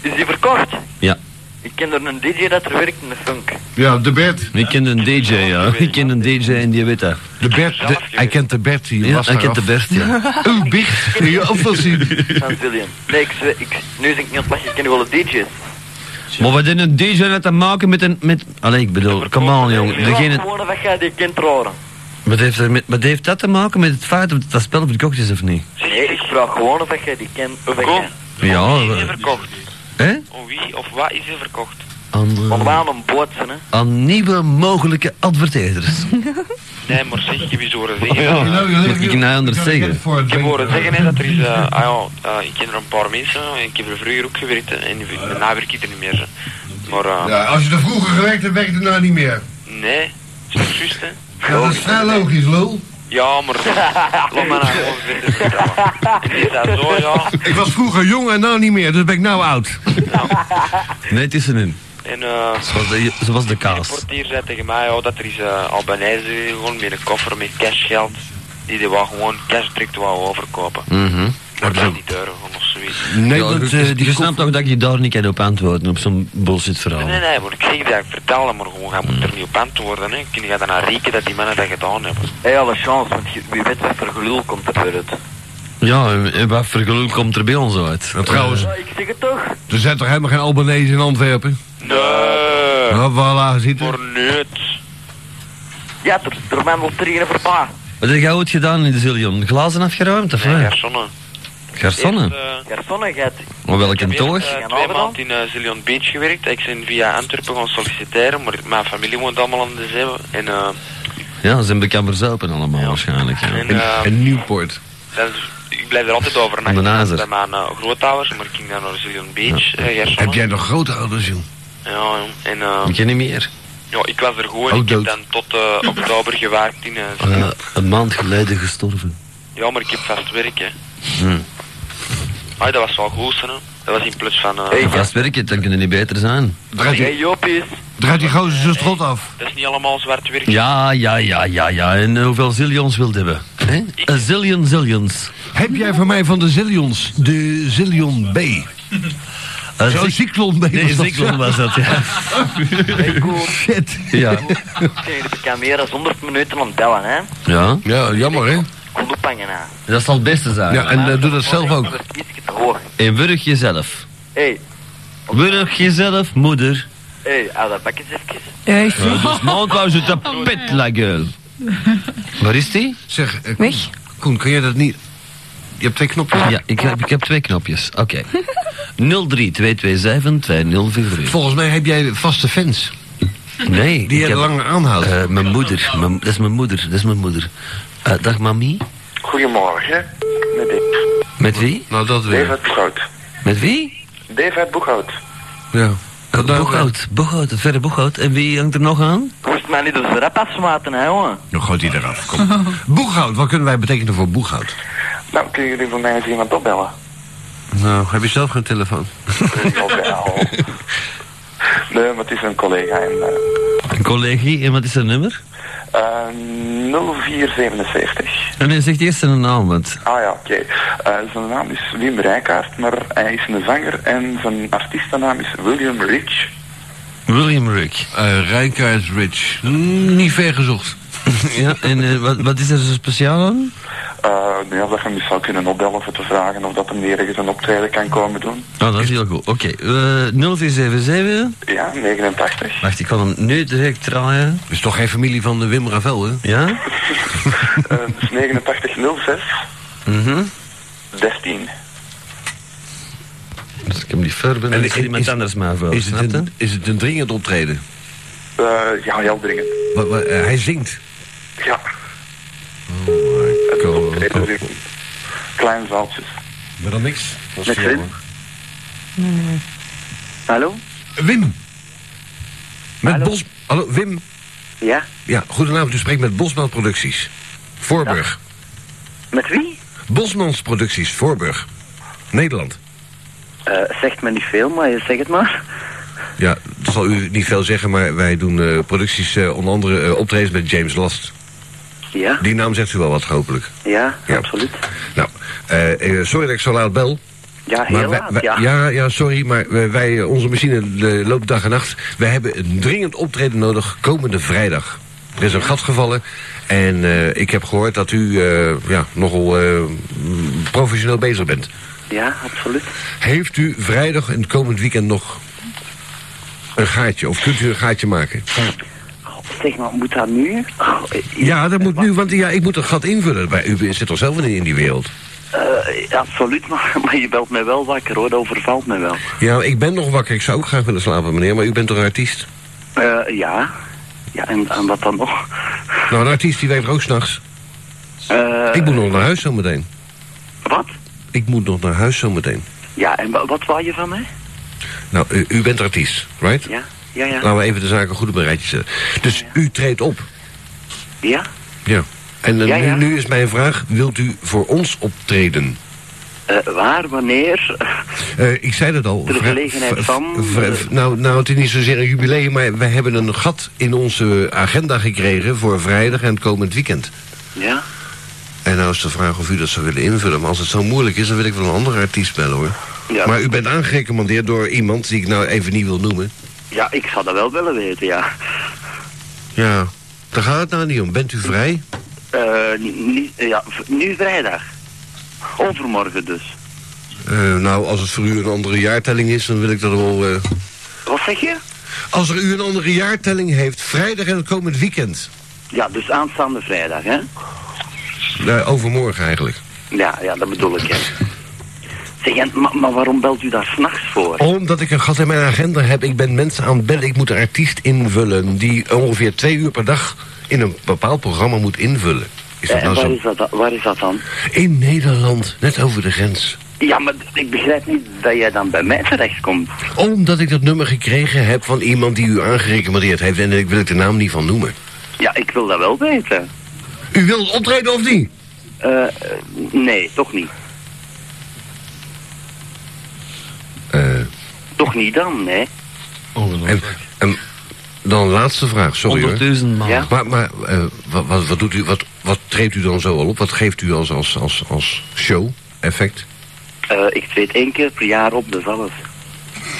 Speaker 2: Is die verkocht?
Speaker 1: Ja.
Speaker 2: Ik ken er een DJ dat er werkt in de funk.
Speaker 4: Ja, de Bert.
Speaker 1: Ik ken een DJ, ja. Ik ken een DJ en die weet dat.
Speaker 4: De Bert, de- hij kent de Bert, die
Speaker 1: Ja,
Speaker 4: was
Speaker 1: hij kent de Bert, ja.
Speaker 4: [laughs] Uw biecht. Ja, of was hij-
Speaker 2: Van Zillion. Nee, ik, zwe- ik, nu zit ik niet ontlachen, ik ken wel de DJ's.
Speaker 1: Maar wat heeft een DJ net te maken met een... Met... Allee, ik bedoel, come on, Oh, jongen.
Speaker 2: Degene...
Speaker 1: Degene...
Speaker 2: Gewoon dat jij die kent horen.
Speaker 1: Wat, heeft er met... wat heeft dat te maken met het feit dat dat spel verkocht is of niet?
Speaker 2: Nee, ik vraag gewoon of jij die kent. Of
Speaker 7: Kom.
Speaker 2: jij...
Speaker 1: Ja,
Speaker 7: Wie is
Speaker 1: eh,
Speaker 7: er verkocht?
Speaker 1: hè?
Speaker 7: Om wie of wat is er verkocht?
Speaker 1: Aan, eh,
Speaker 2: Want we aan een boot zijn, hè.
Speaker 1: aan nieuwe mogelijke adverteerders.
Speaker 7: Nee, maar zeg, je hebt horen
Speaker 1: Oh,
Speaker 7: zeggen.
Speaker 1: Moet ik nou anders zeggen?
Speaker 7: Ik heb horen zeggen hè, dat er is, eh, ah ja, eh, ik ken er een paar mensen en ik heb er vroeger ook gewerkt hè, en daarna werk ik er niet meer. hè. Maar eh,
Speaker 4: Ja, als je er vroeger gewerkt hebt, werkt het nou niet meer.
Speaker 7: nee, het is juist hè.
Speaker 4: Ja, dat is vrij logisch, lul.
Speaker 7: Ja,
Speaker 2: [laughs]
Speaker 7: maar laat mij nou gewoon verder vertellen. En die zei zo, ja.
Speaker 4: Ik was vroeger jong en nou niet meer, dus ben ik [laughs] nou oud.
Speaker 1: Nee, het is erin.
Speaker 7: En eh
Speaker 1: Zoals de, zoals de
Speaker 7: de
Speaker 1: kaas.
Speaker 7: portier zei tegen mij ja, dat er is eh Albanese gewoon met een koffer met cashgeld. Die die wou gewoon cash direct wou overkopen.
Speaker 1: Mhm.
Speaker 7: Maar dat niet euro gewoon of zoiets.
Speaker 4: Nee,
Speaker 1: Ja,
Speaker 4: want,
Speaker 1: je-
Speaker 4: eh, die
Speaker 1: je
Speaker 4: kop-
Speaker 1: snapt toch dat je daar niet kan op antwoorden, op zo'n bullshit verhaal.
Speaker 7: Nee, nee, maar ik zeg dat ik vertel dat maar gewoon, je moet er niet op antwoorden. Hè. Kun je gaat daarna rekenen dat die mannen dat gedaan hebben.
Speaker 2: Hé, alle chance, want je- wie weet wat voor gelul komt er weer uit.
Speaker 1: Ja, en- en wat voor gelul komt er bij ons uit?
Speaker 4: Nou, trouwens,
Speaker 2: Ja, ik zeg het toch.
Speaker 4: er zijn toch helemaal geen Albanese in Antwerpen?
Speaker 7: Nee,
Speaker 4: Nou, voilà, ziet u.
Speaker 7: maar niet.
Speaker 2: Ja, er, er mijn wel drieën voor pa.
Speaker 1: Wat heb jij ooit gedaan in de Zillion? Glazen afgeruimd of
Speaker 7: Nee,
Speaker 1: wat?
Speaker 7: garçonnen.
Speaker 1: Garçonnen?
Speaker 7: Eerst, eh,
Speaker 2: Garçonnen, jij hebt-
Speaker 1: Maar welk
Speaker 7: Ik heb
Speaker 1: kantoor?
Speaker 7: eerst, eh,
Speaker 2: Gaan
Speaker 7: twee
Speaker 2: allemaal?
Speaker 7: maanden in eh Zillion Beach gewerkt. Ik ben via Antwerpen gaan solliciteren, maar mijn familie woont allemaal aan de zee. En, eh,
Speaker 1: Ja, ze zijn bekammers open allemaal waarschijnlijk. Ja.
Speaker 7: en eh,
Speaker 4: En Newport.
Speaker 7: dat is- ik blijf er altijd over nachten.
Speaker 1: Aan de Nazer.
Speaker 7: bij mijn eh, grootouders, maar ik ging dan naar Zillion Beach. eh, garçonnen.
Speaker 4: Heb jij nog grote ouders, joh?
Speaker 7: Ja, jong. en eh,
Speaker 1: Ik ken niet meer.
Speaker 7: ja, ik was er gewoon.
Speaker 4: Oh,
Speaker 7: ik
Speaker 4: dood.
Speaker 7: heb dan tot eh, oktober gewerkt in eh, Zillion.
Speaker 1: Eh, een maand geleden gestorven.
Speaker 7: Ja, maar ik heb vast werk, hè.
Speaker 4: Hm.
Speaker 7: Ai, dat was wel goed, hè. Dat was in plus van... eh,
Speaker 2: Hey.
Speaker 1: Als Vast werken, dan kunnen die beter zijn.
Speaker 4: Draait
Speaker 2: Hey,
Speaker 4: die,
Speaker 2: Jopies.
Speaker 4: draait die gozer zijn strot af.
Speaker 7: Dat is niet allemaal zwart werk.
Speaker 1: Ja, ja, ja, ja, ja. En eh, hoeveel zillions wilt hebben? Hè? Een zillion zillions.
Speaker 4: Heb jij van mij van de Zillions, de Zillion B?
Speaker 1: Een
Speaker 4: Zo'n cyclon B
Speaker 1: Eh, Nee,
Speaker 4: was dat,
Speaker 1: zillion
Speaker 4: ja.
Speaker 1: was dat, ja.
Speaker 2: Hey, Koen.
Speaker 4: [laughs] Shit.
Speaker 1: Ja,
Speaker 2: Zijn jullie de camera 100 minuten aan het bellen, hè?
Speaker 1: ja.
Speaker 4: Ja, jammer, hè?
Speaker 2: Kom ophangen, hè.
Speaker 1: dat zal het beste zijn.
Speaker 4: Ja, en eh, doe dat zelf ook.
Speaker 2: Dat is iets te hoog.
Speaker 1: En wurg jezelf.
Speaker 2: Hé,
Speaker 1: Wurg jezelf, moeder.
Speaker 4: [laughs]
Speaker 2: hé, hou dat bakjes even.
Speaker 5: Echt?
Speaker 1: Ja, dus mondpauze te pet, la gueule. Waar is die?
Speaker 4: Zeg, eh,
Speaker 5: Weg.
Speaker 4: Koen, kun jij dat niet... Je hebt twee knopjes.
Speaker 1: Ja, ik heb, ik heb twee
Speaker 4: [laughs]
Speaker 1: knopjes. Oké. 03 227 2043.
Speaker 4: Volgens mij heb jij vaste fans.
Speaker 1: Nee,
Speaker 4: Die
Speaker 1: ik
Speaker 4: je
Speaker 1: heb-
Speaker 4: langer aanhoudt.
Speaker 1: Eh, mijn moeder, mijn- dat is mijn moeder, dat is mijn moeder. Eh, dag mami.
Speaker 7: Goedemorgen, met
Speaker 1: Met wie?
Speaker 4: nou, dat weer.
Speaker 7: David Boeghout.
Speaker 1: Met wie?
Speaker 7: David Boeghout.
Speaker 4: Ja.
Speaker 1: Eh, Boeghout, Boeghout, het verre Boeghout. En wie hangt er nog aan?
Speaker 2: Je moest mij niet op de rap afsmaten, hè, jongen.
Speaker 4: Nou, Dan gooit hij eraf. Kom. Boeghout, wat kunnen wij betekenen voor boeghout?
Speaker 13: Nou, kunnen jullie voor mij eens iemand
Speaker 2: [laughs]
Speaker 13: opbellen?
Speaker 4: Nou, heb je zelf geen telefoon?
Speaker 13: Nee, maar het is een collega in eh,
Speaker 1: Een collega, en wat is zijn nummer?
Speaker 13: eh, 0477.
Speaker 1: En nee, zegt eerst zijn naam, want...
Speaker 13: Ah ja, oké. Eh, zijn naam is Wim Rijkaard, maar hij is een zanger en zijn artiestennaam is William Rich.
Speaker 1: William Rick.
Speaker 4: Uh, Rijnkaart Rich. Mm, niet ver gezocht.
Speaker 1: [laughs] ja, en eh, wat, wat is er zo speciaal aan?
Speaker 13: Eh, ik denk dat je hem eens zou kunnen opbellen voor te vragen of dat hem ergens een optreden kan komen doen.
Speaker 1: Nou, dat is heel goed. Oké, eh, 0477.
Speaker 13: Ja, 89.
Speaker 1: Wacht, ik kan hem nu direct draaien.
Speaker 4: Is toch geen familie van de Wim Ravel, hè?
Speaker 1: Ja?
Speaker 13: Eh, dus 8906
Speaker 1: Mhm.
Speaker 13: 13.
Speaker 1: Dus ik hem niet ver ben,
Speaker 4: En
Speaker 1: en
Speaker 4: is-
Speaker 1: ik iemand
Speaker 4: is-
Speaker 1: anders maar voor.
Speaker 4: is, het
Speaker 1: snap je?
Speaker 4: een, is het een dringend optreden?
Speaker 13: Eh, ja, heel dringend.
Speaker 4: Wa- wa- eh, hij zingt.
Speaker 13: Ja.
Speaker 3: Oh
Speaker 4: Kom,
Speaker 13: Het is een klein zaaltje.
Speaker 4: Maar dan niks. Dat
Speaker 13: Met
Speaker 4: jammer.
Speaker 13: Wim? Hallo?
Speaker 4: Wim! Met Bos... Hallo, Wim.
Speaker 3: Ja?
Speaker 4: Ja, goedenavond. U spreekt met Bosman Producties. Voorburg.
Speaker 3: Met wie?
Speaker 4: Bosmans Producties, Voorburg. Nederland.
Speaker 3: Eh, zegt me niet veel, maar je zegt het maar.
Speaker 4: Ja, dat zal u niet veel zeggen, maar wij doen eh, producties, eh, onder andere eh, optredens met James Last.
Speaker 3: Ja?
Speaker 4: Die naam zegt u wel wat, hopelijk.
Speaker 3: Ja,
Speaker 4: Ja.
Speaker 3: absoluut.
Speaker 4: Nou, eh, eh, sorry dat ik zo laat bel.
Speaker 3: Ja, heel
Speaker 4: Maar wij-
Speaker 3: laat,
Speaker 4: wij-
Speaker 3: ja.
Speaker 4: ja. Ja, sorry, maar wij, wij, eh, onze machine eh, loopt dag en nacht. Wij hebben een dringend optreden nodig komende vrijdag. Er is een gat gevallen en eh, ik heb gehoord dat u eh, ja, nogal eh, mm, professioneel bezig bent.
Speaker 3: Ja, absoluut.
Speaker 4: Heeft u vrijdag en het komend weekend nog een gaatje? Of kunt u een gaatje maken?
Speaker 3: Zeg maar, moet dat nu? Oh, eh,
Speaker 4: Ja, dat moet nu, want ja, ik moet een gat invullen. Bij u zit toch zelf niet in die wereld?
Speaker 3: eh, absoluut, maar, [laughs] maar je belt mij wel wakker hoor, dat overvalt mij wel.
Speaker 4: Ja, ik ben nog wakker. Ik zou ook graag willen slapen, meneer. Maar u bent toch een artiest?
Speaker 3: Eh, ja. Ja, en, en wat dan nog?
Speaker 4: Nou, een artiest die werkt ook s'nachts.
Speaker 3: Eh,
Speaker 4: Ik moet nog naar huis zometeen.
Speaker 3: Wat?
Speaker 4: Ik moet nog naar huis zometeen.
Speaker 3: Ja, en wa- wat wou je van mij?
Speaker 4: Nou, u, u bent artiest, right?
Speaker 3: Ja, ja, ja.
Speaker 4: Laten we even de zaken goed op een rijtje zetten. Dus u treedt op.
Speaker 3: Ja?
Speaker 4: Ja. En eh,
Speaker 3: Ja, ja.
Speaker 4: Nu, nu is mijn vraag, wilt u voor ons optreden?
Speaker 3: Eh, waar, wanneer? [laughs]
Speaker 4: Eh, ik zei dat al.
Speaker 3: De
Speaker 4: Vri-
Speaker 3: gelegenheid
Speaker 4: v-
Speaker 3: van,
Speaker 4: v-
Speaker 3: eh,
Speaker 4: v- nou, nou, het is niet zozeer een jubileum, maar we hebben een gat in onze agenda gekregen voor vrijdag en het komend weekend.
Speaker 3: Ja?
Speaker 4: En nou is de vraag of u dat zou willen invullen. Maar als het zo moeilijk is, dan wil ik wel een andere artiest bellen hoor.
Speaker 3: Ja.
Speaker 4: Maar u bent aangerecommandeerd door iemand die ik nou even niet wil noemen.
Speaker 3: Ja, ik zou dat wel willen weten, ja.
Speaker 4: Ja. Daar gaat het nou niet om. Bent u vrij?
Speaker 3: Eh, ni- ni- ja, v- nu vrijdag. Overmorgen dus.
Speaker 4: Eh, nou, als het voor u een andere jaartelling is, dan wil ik dat wel... eh,
Speaker 3: Wat zeg je?
Speaker 4: Als er u een andere jaartelling heeft, vrijdag en het komend weekend.
Speaker 3: Ja, dus aanstaande vrijdag, hè?
Speaker 4: Eh, overmorgen eigenlijk.
Speaker 3: Ja, ja, dat bedoel ik, hè. Zeg, en, maar, maar waarom belt u daar s'nachts voor?
Speaker 4: Omdat ik een gat in mijn agenda heb, ik ben mensen aan het bellen. Ik moet een artiest invullen die ongeveer twee uur per dag in een bepaald programma moet invullen. Is dat
Speaker 3: Eh, en
Speaker 4: nou
Speaker 3: waar,
Speaker 4: zo?
Speaker 3: is dat, da- waar is dat dan?
Speaker 4: In Nederland, net over de grens.
Speaker 3: Ja, maar d- ik begrijp niet dat jij dan bij mij terechtkomt.
Speaker 4: Omdat ik dat nummer gekregen heb van iemand die u aangerecommendeerd heeft en ik wil ik de naam niet van noemen.
Speaker 3: Ja, ik wil dat wel weten.
Speaker 4: U wilt optreden of niet?
Speaker 3: Eh, eh, nee, toch niet.
Speaker 4: Eh,
Speaker 3: Toch niet dan, nee.
Speaker 4: en, en dan laatste vraag, sorry hoor.
Speaker 1: 100.000 man.
Speaker 3: Ja.
Speaker 4: Maar, maar eh, wat, wat, wat doet u, wat, wat treedt u dan zo al op? Wat geeft u als, als, als, als show, effect?
Speaker 3: Eh, ik treed één keer per jaar op, dat is alles.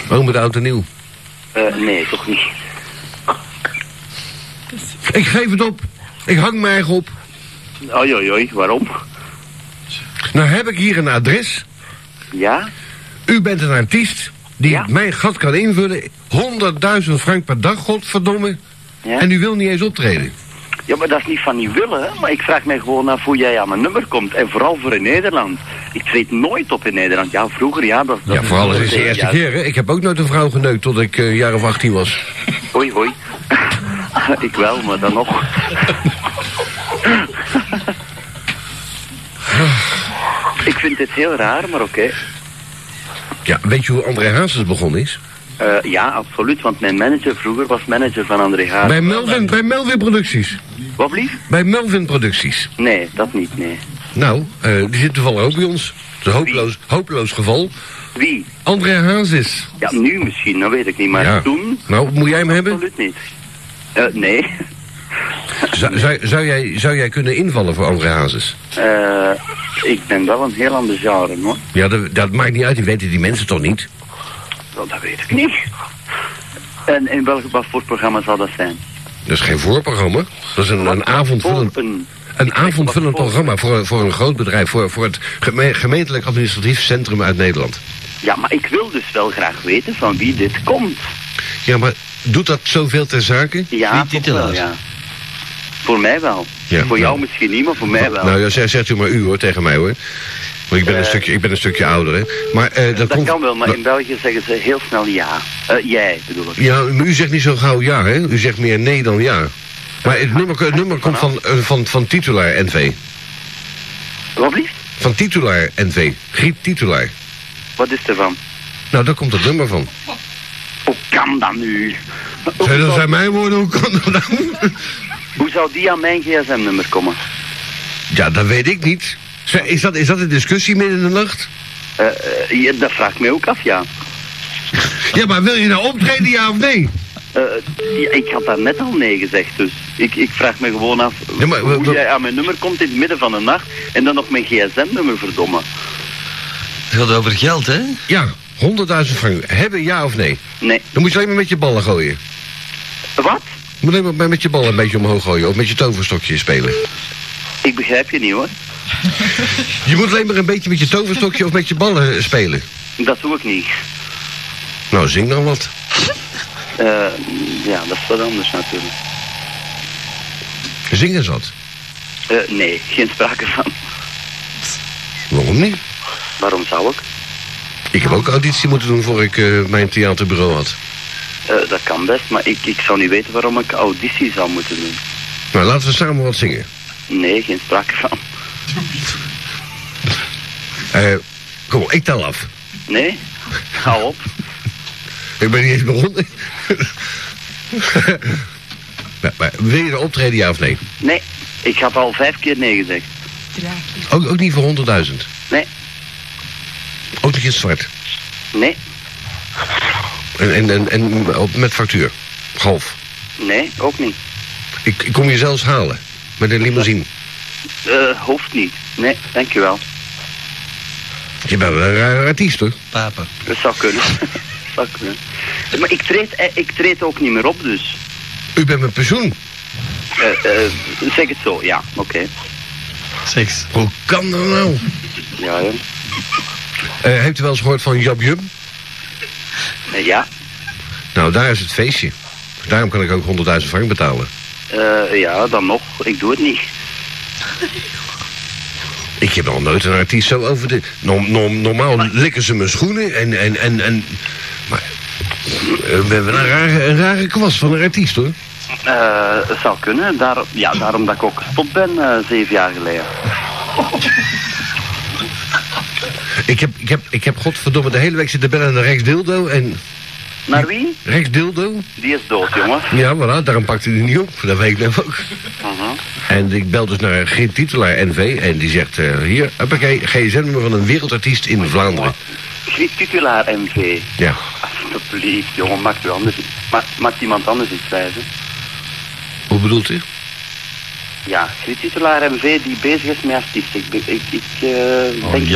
Speaker 4: Waarom met oud en nieuw?
Speaker 3: Eh, nee, toch niet.
Speaker 4: Ik geef het op. Ik hang mij eigen op.
Speaker 3: Oei, oei, oei, waarom?
Speaker 4: Nou heb ik hier een adres.
Speaker 3: Ja?
Speaker 4: U bent een artiest die
Speaker 3: Ja.
Speaker 4: mijn gat kan invullen. 100.000 frank per dag, godverdomme.
Speaker 3: Ja?
Speaker 4: En u wil niet eens optreden.
Speaker 3: Ja, maar dat is niet van die willen, hè? maar ik vraag mij gewoon af hoe jij aan mijn nummer komt. En vooral voor in Nederland. Ik treed nooit op in Nederland. Ja, vroeger, ja. Dat,
Speaker 4: Ja, vooral is het de eerste
Speaker 3: Ja.
Speaker 4: keer. Hè? Ik heb ook nooit een vrouw geneukt tot ik eh, een jaar of 18 was.
Speaker 3: Hoi, hoi. [laughs] ik wel, maar dan nog. [laughs] ik vind dit heel raar, maar oké.
Speaker 4: Ja, weet je hoe André Hazes begonnen is?
Speaker 3: Eh, ja, absoluut, want mijn manager vroeger was manager van André Haar.
Speaker 4: bij, Melvin, bij Melvin Producties.
Speaker 3: Wat blieft?
Speaker 4: Bij Melvin Producties.
Speaker 3: Nee, dat niet, nee.
Speaker 4: Nou, eh, die zit toevallig ook bij ons. Het is een hopeloos, hopeloos geval.
Speaker 3: Wie?
Speaker 4: André Hazes.
Speaker 3: Ja, nu misschien, dat weet ik niet, maar
Speaker 4: Ja.
Speaker 3: toen...
Speaker 4: Nou, moet jij hem hebben?
Speaker 3: Absoluut niet. Eh, nee.
Speaker 4: Zou, zou, zou jij, zou jij kunnen invallen voor André Hazes?
Speaker 3: Eh, ik ben wel een heel ander genre, hoor.
Speaker 4: Ja, dat, dat maakt niet uit. Die weten die mensen toch niet?
Speaker 3: Wel, Oh, dat weet ik niet. En in welk wat voor programma zal dat zijn?
Speaker 4: Dat is geen voorprogramma. Dat is een, een avondvullend... Een avondvullend programma voor, voor een groot bedrijf. Voor, voor het geme- gemeentelijk administratief centrum uit Nederland.
Speaker 3: Ja, maar ik wil dus wel graag weten van wie dit komt.
Speaker 4: Ja, maar doet dat zoveel ter zake?
Speaker 3: Ja, toch wel, ja. Voor mij wel.
Speaker 4: Ja,
Speaker 3: voor
Speaker 4: nou.
Speaker 3: jou misschien niet, maar voor mij wel. Eh.
Speaker 4: Nou, ja, zeg, zegt u maar u hoor, tegen mij hoor. Want ik ben, een, stukje, ik ben een stukje ouder, hè. Maar eh, dat,
Speaker 3: dat
Speaker 4: komt...
Speaker 3: kan wel, maar in België zeggen ze heel snel ja. Eh, jij, bedoel ik.
Speaker 4: Ja, maar u zegt niet zo gauw ja, hè. U zegt meer nee dan ja. Maar het nummer, het nummer komt van, eh, van, van titulaar NV.
Speaker 3: Wat lief?
Speaker 4: Van titulaar NV. Griet titulaar.
Speaker 3: Wat is er van?
Speaker 4: Nou, daar komt het nummer van.
Speaker 3: Hoe kan dat nu?
Speaker 4: Zijn dat zijn mijn woorden? Hoe kan dat nou?
Speaker 3: Hoe zou die aan mijn gsm-nummer komen?
Speaker 4: [laughs] Ja, dat weet ik niet. Zeg, Is dat, is dat een discussie midden in de nacht?
Speaker 3: Eh, eh, ja, dat vraagt mij ook af, ja.
Speaker 4: Ja, maar wil je nou optreden, ja of nee?
Speaker 3: Eh, ja, ik had daar net al nee gezegd, dus ik, ik vraag me gewoon af hoe jij aan mijn nummer komt in het midden van de nacht en dan nog mijn gsm-nummer verdomme.
Speaker 4: Het gaat over geld, hè? Ja, 100.000 frank. Hebben, ja of nee?
Speaker 3: Nee.
Speaker 4: Dan moet je alleen maar met je ballen gooien.
Speaker 3: Wat?
Speaker 4: Je moet alleen maar met je ballen een beetje omhoog gooien. Of met je toverstokje spelen.
Speaker 3: Ik begrijp je niet hoor.
Speaker 4: Je moet alleen maar een beetje met je toverstokje of met je ballen eh, spelen.
Speaker 3: Dat doe ik niet.
Speaker 4: Nou, zing dan wat.
Speaker 3: Eh, ja, dat is wat anders natuurlijk.
Speaker 4: Zing eens wat.
Speaker 3: Eh, nee, geen sprake van.
Speaker 4: Waarom niet?
Speaker 3: Waarom zou ik?
Speaker 4: Ik heb ook auditie moeten doen voor ik eh, mijn theaterbureau had.
Speaker 3: Eh, dat kan best, maar ik, ik zou niet weten waarom ik auditie zou moeten doen.
Speaker 4: Nou, laten we samen wat zingen.
Speaker 3: Nee, geen sprake van.
Speaker 4: Eh, kom op, ik tel af.
Speaker 3: Nee? Hou op.
Speaker 4: Ik ben niet eens begonnen. [laughs] maar, maar wil je er optreden, ja of nee?
Speaker 3: Nee, ik had al vijf keer nee gezegd.
Speaker 4: Ook, ook niet voor 100.000.
Speaker 3: Nee.
Speaker 4: Ook niet in het zwart.
Speaker 3: Nee,
Speaker 4: En, en, en, en op, met factuur. Half.
Speaker 3: nee, ook niet.
Speaker 4: Ik, ik kom je zelfs halen. Met een limousine.
Speaker 3: Eh, hoeft niet. Nee, dankjewel.
Speaker 4: Je bent wel een rare artiest, hoor.
Speaker 14: Papa.
Speaker 3: Dat zou kunnen. Dat zou kunnen. Maar ik treed, eh, ik treed ook niet meer op, dus.
Speaker 4: U bent met pensioen.
Speaker 3: Eh, eh, zeg het zo, ja, oké.
Speaker 14: Seks.
Speaker 4: Hoe kan dat nou?
Speaker 3: Ja, ja.
Speaker 4: Eh, heeft u wel eens gehoord van Jab Jum?
Speaker 3: Eh, ja,
Speaker 4: Nou, daar is het feestje. Daarom kan ik ook 100.000 frank betalen.
Speaker 3: Eh, ja, dan nog. Ik doe het niet.
Speaker 4: Ik heb nog nooit een artiest zo over de... Norm- norm- normaal likken ze mijn schoenen en... en, en, en maar eh, we hebben een rare, een rare kwast van een artiest, hoor.
Speaker 3: Eh, het zou kunnen. Daar, ja, daarom dat ik ook gestopt ben eh, zeven jaar geleden.
Speaker 4: Ik heb, ik heb, ik heb godverdomme de hele week zitten bellen naar Rex Dildo en...
Speaker 3: Naar wie?
Speaker 4: Rex Dildo?
Speaker 3: Die is dood, jongen.
Speaker 4: Ja, voilà, daarom pakte hij niet op. Dat weet ik nou ook.
Speaker 3: Mhm.
Speaker 4: En ik bel dus naar Geert Titelaar NV en die zegt... eh, hier, hoppakee, gsm-nummer van een wereldartiest in Vlaanderen.
Speaker 3: Griet Titulaar MV.
Speaker 4: Ja.
Speaker 3: Alsjeblieft, jongen, maakt u anders iets. Ma maakt iemand anders iets wijzen?
Speaker 4: Hoe bedoelt u?
Speaker 3: Ja, Griet Titulaar MV die bezig is met artiesten. Ik, be- ik, ik eh, denk...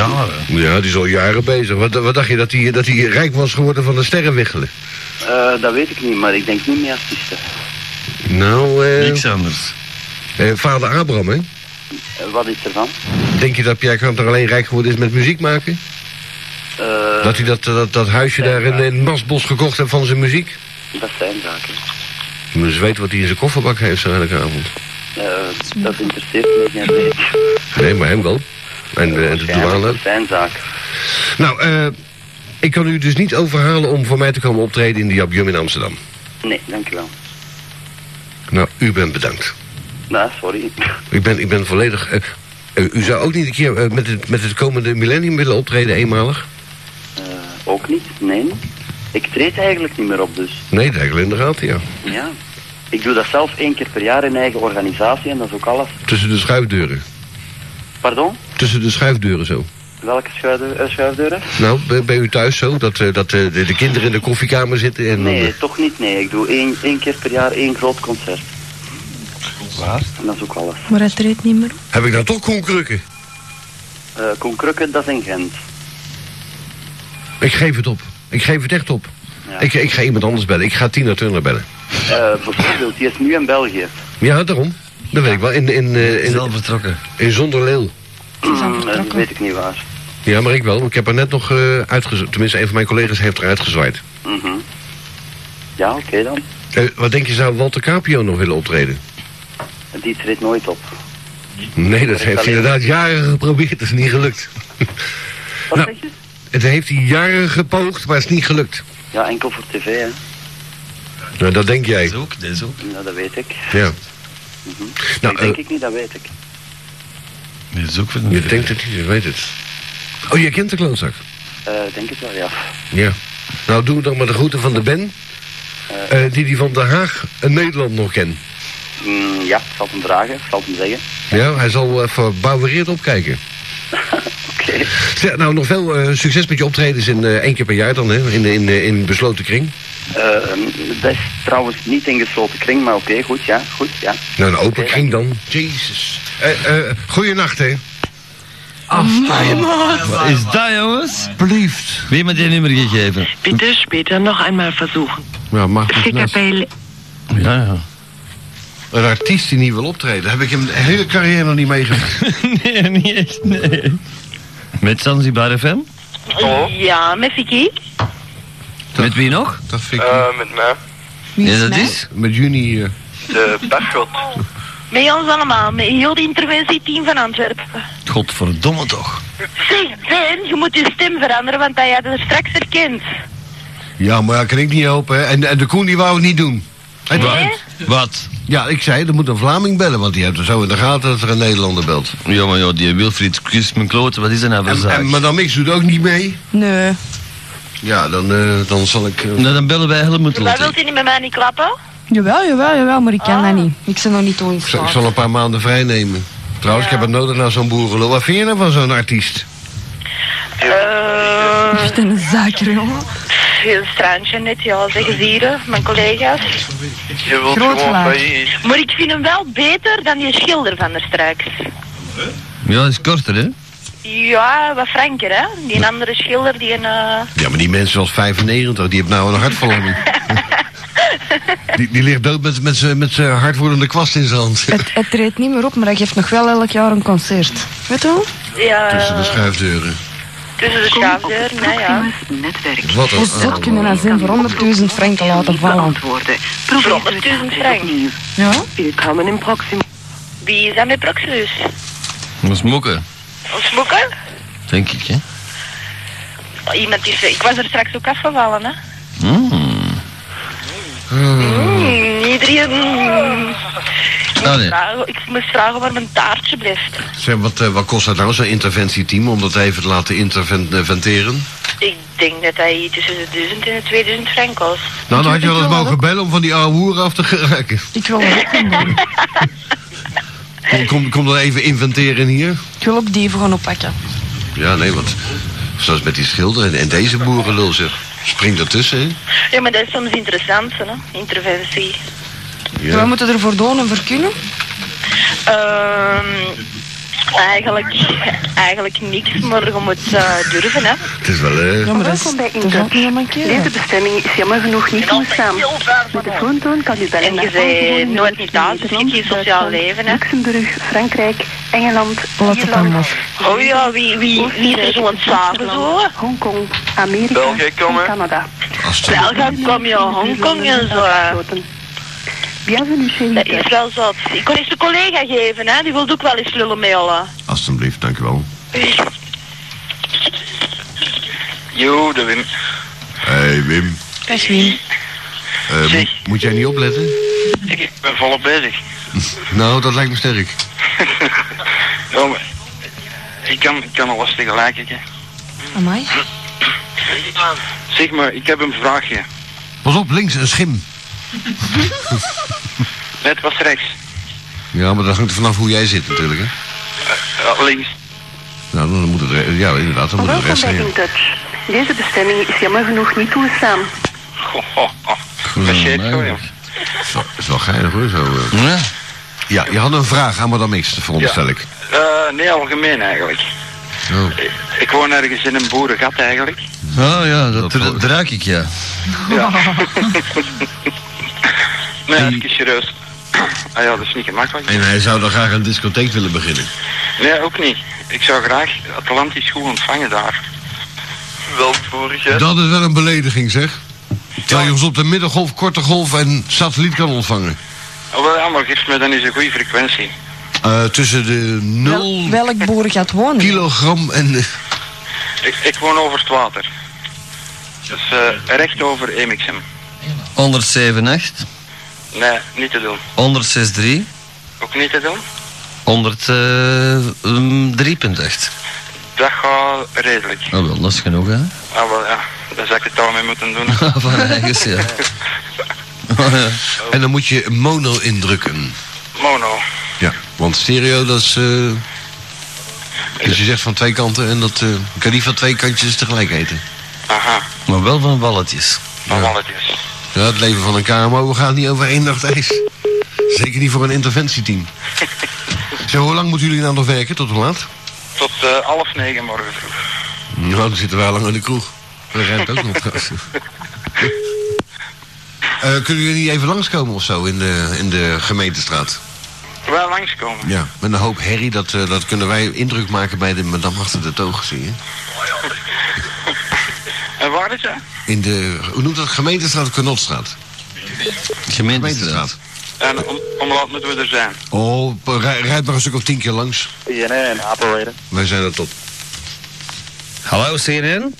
Speaker 4: Ja, die is al jaren bezig. Wat, wat dacht je, dat hij dat hij rijk was geworden van de sterrenwiggelen?
Speaker 3: Eh, dat weet ik niet, maar ik denk niet meer artiesten.
Speaker 4: Nou, eh...
Speaker 14: Niks anders.
Speaker 4: Eh, vader Abraham, hè?
Speaker 3: Eh, wat is ervan?
Speaker 4: Denk je dat Pierre Kramp er alleen rijk geworden is met muziek maken?
Speaker 3: Eh,
Speaker 4: dat hij dat, dat, dat huisje daar in, in Masbos gekocht heeft van zijn muziek?
Speaker 3: Dat zijn zaken.
Speaker 4: Je moet eens weten wat hij in zijn kofferbak heeft zo elke avond.
Speaker 3: Eh, dat interesseert me niet. meer.
Speaker 4: Nee, maar hem wel. En, eh, en de douane.
Speaker 3: Dat zijn zaken.
Speaker 4: Nou, eh, ik kan u dus niet overhalen om voor mij te komen optreden in de Jabjum in Amsterdam.
Speaker 3: Nee, dankjewel.
Speaker 4: Nou, u bent bedankt.
Speaker 3: Nou, sorry.
Speaker 4: Ik ben, ik ben volledig... eh, eh, u zou ook niet een keer eh, met, het, met het komende millennium willen optreden, eenmalig?
Speaker 3: Ook niet, nee. Ik treed eigenlijk niet meer op, dus.
Speaker 4: Nee, dat heb ik wel in de gaten, ja.
Speaker 3: Ja. Ik doe dat zelf één keer per jaar in eigen organisatie en dat is ook alles.
Speaker 4: Tussen de schuifdeuren.
Speaker 3: Pardon?
Speaker 15: Tussen de schuifdeuren zo.
Speaker 3: Welke schuifdeur- eh, schuifdeuren?
Speaker 15: Nou, bij, bij u thuis zo, dat, eh, dat eh, de, de kinderen in de koffiekamer zitten en... dan, eh,
Speaker 3: Nee, toch niet. Nee, ik doe één, één keer per jaar één groot concert.
Speaker 15: Waar?
Speaker 3: En dat is ook alles.
Speaker 5: Maar het treedt niet meer op.
Speaker 15: Heb ik dan toch kronkrukken?
Speaker 3: Eh Koen Krukke, dat is in Gent.
Speaker 15: Ik geef het op. Ik geef het echt op. Ik, ik ga iemand anders bellen. Ik ga Tina Turner bellen.
Speaker 3: Eh, bijvoorbeeld, die is nu in België.
Speaker 15: Ja, daarom. Dat weet ik wel. In, in, eh, in, betrokken. In zonder leeuw.
Speaker 3: [clears throat] Eh, dat weet ik niet waar.
Speaker 15: Ja, maar ik wel. Ik heb haar net nog eh uitgezwaaid. Tenminste, een van mijn collega's heeft haar uitgezwaaid.
Speaker 3: Mhm. Ja, oké dan.
Speaker 15: Eh, wat denk je, zou Walter Capio nog willen optreden?
Speaker 3: Die treedt nooit op.
Speaker 15: Nee, dat heeft hij
Speaker 3: alleen-
Speaker 15: inderdaad jaren geprobeerd. Het is niet gelukt. nou, het heeft hij jaren gepoogd, maar het is niet gelukt.
Speaker 3: Ja, enkel voor tv, hè.
Speaker 15: Nou, dat denk jij.
Speaker 3: ook, dat ook. Ja, dat weet ik.
Speaker 15: Ja.
Speaker 3: Mhm.
Speaker 15: Nou,
Speaker 3: dat denk
Speaker 15: eh,
Speaker 3: ik niet, dat weet ik.
Speaker 15: Dat is ook Je denkt het niet, je weet het. Oh, je kent de klootzak?
Speaker 3: Eh, Ik denk het wel, ja.
Speaker 15: Ja. Nou, doe dan maar de groeten van de Ben. eh, die die van Den Haag en Nederland nog kent.
Speaker 3: Mm, ja, ik zal het hem vragen, ik zal het hem zeggen. [laughs]
Speaker 15: Ja, hij zal eh verbouwereerd opkijken. Zeg, nou, nog veel eh, succes met je optredens in eh, één keer per jaar dan, hè? In, in, eh, in besloten kring.
Speaker 3: Eh, ehm, dat is trouwens niet in gesloten kring, maar oké, goed, ja, goed, ja.
Speaker 15: Nou, een open kring dan. Jezus. Eh eh goeienacht, hè.
Speaker 8: Wat
Speaker 1: is dat, jongens?
Speaker 15: Blieft.
Speaker 1: Wie heeft me die nummer gegeven?
Speaker 8: Bitte später noch einmal versuchen.
Speaker 4: Ja, mag
Speaker 8: Fick Appell.
Speaker 4: Ja, ja. Een artiest die niet wil optreden. Heb ik hem de hele carrière nog niet meegemaakt.
Speaker 1: [laughs] nee, niet echt, nee. Met Zanzibar FM?
Speaker 7: Ja, met Vicky.
Speaker 1: Met wie nog?
Speaker 4: Dat vind
Speaker 7: Eh, met mij.
Speaker 1: Ja, dat is?
Speaker 4: Met juni. eh,
Speaker 7: De Bachot.
Speaker 16: Met ons allemaal, met heel de interventieteam van Antwerpen.
Speaker 1: Godverdomme toch.
Speaker 16: Zeg, Ben, je moet je stem veranderen, want dat jij er straks herkent.
Speaker 4: Ja, maar dat kan ik niet helpen. hè. En, en de Koen die wou het niet doen. Hij
Speaker 16: Nee?
Speaker 4: wou-
Speaker 1: Wat?
Speaker 4: Ja, ik zei, er moet een Vlaming bellen, want die heeft er zo in de gaten dat er een Nederlander belt.
Speaker 1: Ja, maar ja, die Wilfried kust mijn kloten, wat is dat nou voor
Speaker 4: En,
Speaker 1: zaak?
Speaker 4: en Madame X doet ook niet mee.
Speaker 5: Nee.
Speaker 4: Ja, dan, eh, dan zal ik... eh,
Speaker 1: Nou, dan bellen wij Helmut
Speaker 16: Maar wilt u niet met mij niet klappen?
Speaker 5: Jawel, jawel, jawel, maar ik kan dat niet. Ik ben nog niet toe in
Speaker 4: Ik zal, ik
Speaker 5: slaap.
Speaker 4: zal een paar maanden vrij nemen. Trouwens, ik heb het nodig naar zo'n boerenlul. Wat vind je nou van zo'n artiest?
Speaker 5: Echt een zaker, jongen.
Speaker 16: Heel strandje net, ja, zeggen ze hier, mijn collega's.
Speaker 7: Je wilt
Speaker 16: Groot
Speaker 7: gewoon
Speaker 16: waar.
Speaker 7: bij je...
Speaker 16: Maar ik vind hem wel beter dan die schilder van der straks.
Speaker 1: Ja, dat is korter, hè?
Speaker 16: Ja, wat franker, hè? Die andere schilder, die een... eh,
Speaker 4: Ja, maar die mensen was 95, die hebben nou een hartverlamming.
Speaker 16: [laughs]
Speaker 4: die, die ligt dood met, met zijn met z'n hardwordende kwast in zijn hand.
Speaker 5: Het, het treedt niet meer op, maar dat geeft nog wel elk jaar een concert. Weet je wel?
Speaker 16: Ja,
Speaker 4: Tussen de schuifdeuren.
Speaker 16: eh, tussen de schaafdeur, nou ja.
Speaker 4: Wat een...
Speaker 5: Hoe zot kunnen Dus dat zijn voor 100.000 franken laten vallen?
Speaker 16: Probeer het eens frank.
Speaker 5: Ja?
Speaker 8: Willkommen im Proximo.
Speaker 16: Wie is dat met Proximus?
Speaker 1: Moest mokken,
Speaker 16: Ons boeken?
Speaker 1: denk ik, hè?
Speaker 16: Iemand is... Ik was er straks ook afgevallen, hè?
Speaker 1: Mm.
Speaker 16: Mm, iedereen... mm. Ik
Speaker 4: Ah,
Speaker 16: moest
Speaker 4: nee.
Speaker 16: vragen- Nou, Ik moest vragen waar mijn taartje blijft.
Speaker 4: Zeg, wat, eh, wat kost dat nou, zo'n interventieteam, om dat even te laten interventeren?
Speaker 16: Ik denk dat hij tussen de 1000 en de 2000 frank kost.
Speaker 4: Nou, dan had je wel eens mogen bellen om van die oude hoer af te geraken.
Speaker 5: Ik wil er ook een doen.
Speaker 4: Kom, kom, kom dan even inventeren hier.
Speaker 5: Ik wil ook dieven gaan oppakken.
Speaker 4: Ja, nee, want zoals met die schilder en, en deze boerenlul, zeg. Spring ertussen, hè?
Speaker 16: Ja, maar dat is soms interessant, hè? Interventie.
Speaker 5: We Wij moeten ervoor doen en voor kunnen.
Speaker 16: Ehm, eigenlijk, eigenlijk niks, maar je moet eh, durven, hè?
Speaker 4: Het is wel, eh...
Speaker 5: Ja, maar dat is- dat is ook niet helemaal
Speaker 8: Deze bestemming is jammer genoeg niet toegestaan. Met de toontoon kan u bellen
Speaker 16: En je
Speaker 8: naar
Speaker 16: zei
Speaker 8: Ongewoon
Speaker 16: nooit niet aan, dus je hebt geen sociaal leven, hè?
Speaker 8: Luxemburg, Frankrijk, Engeland, Ierland,
Speaker 16: Oh ja, wie, wie, wie is er zo'n zagen zo?
Speaker 8: Hongkong, Amerika
Speaker 16: België
Speaker 8: en
Speaker 16: komen.
Speaker 8: Canada.
Speaker 16: België kom je, Hongkong en zo. hè.
Speaker 8: Bienvenue chez
Speaker 16: Dat is wel zot. Ik kon eens een collega geven, hè? Die wilde ook wel eens lullen mailen.
Speaker 4: Alsjeblieft, dank u wel.
Speaker 7: Jo, de Wim.
Speaker 4: Hé, Wim.
Speaker 5: Best wie.
Speaker 4: eh, mo- moet jij niet opletten?
Speaker 7: Ik, ik ben volop bezig.
Speaker 4: [laughs] Nou, dat lijkt me sterk.
Speaker 7: ja, maar ik kan, ik kan alles tegelijk, ik, hè.
Speaker 5: Amai.
Speaker 7: Zeg maar, ik heb een vraagje.
Speaker 4: Pas op, links, een schim.
Speaker 7: [laughs] Net was rechts.
Speaker 4: Ja, maar dat hangt er vanaf hoe jij zit natuurlijk, hè?
Speaker 7: Eh, eh, links.
Speaker 4: Nou, dan moet het... re- Ja, inderdaad, dan moet het
Speaker 8: Welkom
Speaker 4: recht
Speaker 8: bij
Speaker 4: zijn. ja.
Speaker 8: InTouch. Deze bestemming is jammer genoeg niet toegestaan.
Speaker 4: Dat is wel- is wel geinig hoor, Hm, zo. Ja. ja, je had een vraag aan madame X, veronderstel ik.
Speaker 7: Eh, nee, algemeen eigenlijk.
Speaker 4: Oh.
Speaker 7: Ik woon ergens in een boerengat eigenlijk.
Speaker 17: Oh ja, dat, dat,
Speaker 4: eh,
Speaker 17: ruik ik, ja.
Speaker 7: Ja. nee, even serieus. [clears throat] Ah ja, dat is niet gemakkelijk.
Speaker 17: En hij zou dan graag een discotheek willen beginnen.
Speaker 7: Nee, ook niet. Ik zou graag Atlantisch goed ontvangen daar. Welvoerig, hè?
Speaker 4: Dat is wel een belediging, zeg. Terwijl je ons op de middengolf, korte golf en satelliet kan ontvangen.
Speaker 7: Oh, wel, ja, maar geef me dan eens een goede frequentie.
Speaker 4: Eh, tussen de 0
Speaker 18: Welk boer gaat wonen?
Speaker 4: kilogram en... eh,
Speaker 7: Ik, ik woon over het water. Dus eh, recht over Emixem.
Speaker 17: 178,
Speaker 7: Nee, niet te doen.
Speaker 17: 163,
Speaker 7: Ook niet te doen.
Speaker 17: eh, mm, 103.8.
Speaker 7: Dat gaat redelijk.
Speaker 17: Oh wel, dat is genoeg hè.
Speaker 7: Ah, wel, ja. Daar zou ik het al mee moeten doen.
Speaker 17: [laughs]
Speaker 19: [laughs]
Speaker 17: Van eigen ja.
Speaker 4: en dan moet je mono indrukken.
Speaker 7: Mono.
Speaker 4: Ja, want stereo, dat is... eh, dus je zegt van twee kanten en dat eh, kan niet van twee kantjes tegelijk eten.
Speaker 7: Aha,
Speaker 17: Maar wel van balletjes.
Speaker 7: van walletjes.
Speaker 4: Ja, het leven van een KMO gaat niet over één nacht ijs. Zeker niet voor een [laughs] interventieteam. Zo, hoe lang moeten jullie nou nog werken? Tot hoe laat?
Speaker 7: Tot eh, half negen morgen vroeg.
Speaker 4: Nou, dan zitten wij al lang in de kroeg. Dat rijmt ook nog. [laughs] Eh, kunnen jullie niet even langskomen of zo in de, in de gemeentestraat?
Speaker 7: Wel langskomen.
Speaker 4: Ja. Met een hoop herrie, dat, eh, dat kunnen wij indruk maken bij de madame achter de toog, zie je?
Speaker 7: En waar is dat?
Speaker 4: In de, hoe noemt dat? Gemeentestraat of Kanotstraat? Gemeentestraat.
Speaker 7: En om, om laat moeten we er zijn.
Speaker 4: Oh, rij- rijd maar een stuk of tien keer langs.
Speaker 13: CNN, operator.
Speaker 4: Wij zijn er top.
Speaker 1: Hello, CNN.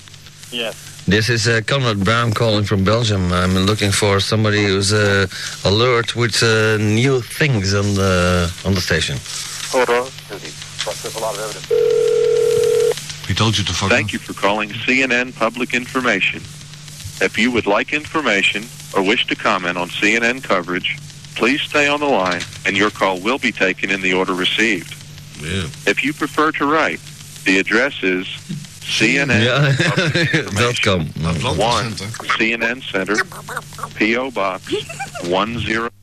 Speaker 13: Yes.
Speaker 1: This is uh, Conrad Brown calling from Belgium. I'm looking for somebody who's uh, alert with uh, new things on the on the station.
Speaker 13: Hold on. There's a lot of evidence.
Speaker 4: He told you to fuck
Speaker 19: Thank you for calling CNN Public Information. If you would like information or wish to comment on CNN coverage, please stay on the line and your call will be taken in the order received.
Speaker 4: Yeah.
Speaker 19: If you prefer to write, the address is CNN
Speaker 17: Dot
Speaker 1: [laughs]
Speaker 4: Nou,
Speaker 17: com.
Speaker 19: One CNN Center, P.O. Box 10.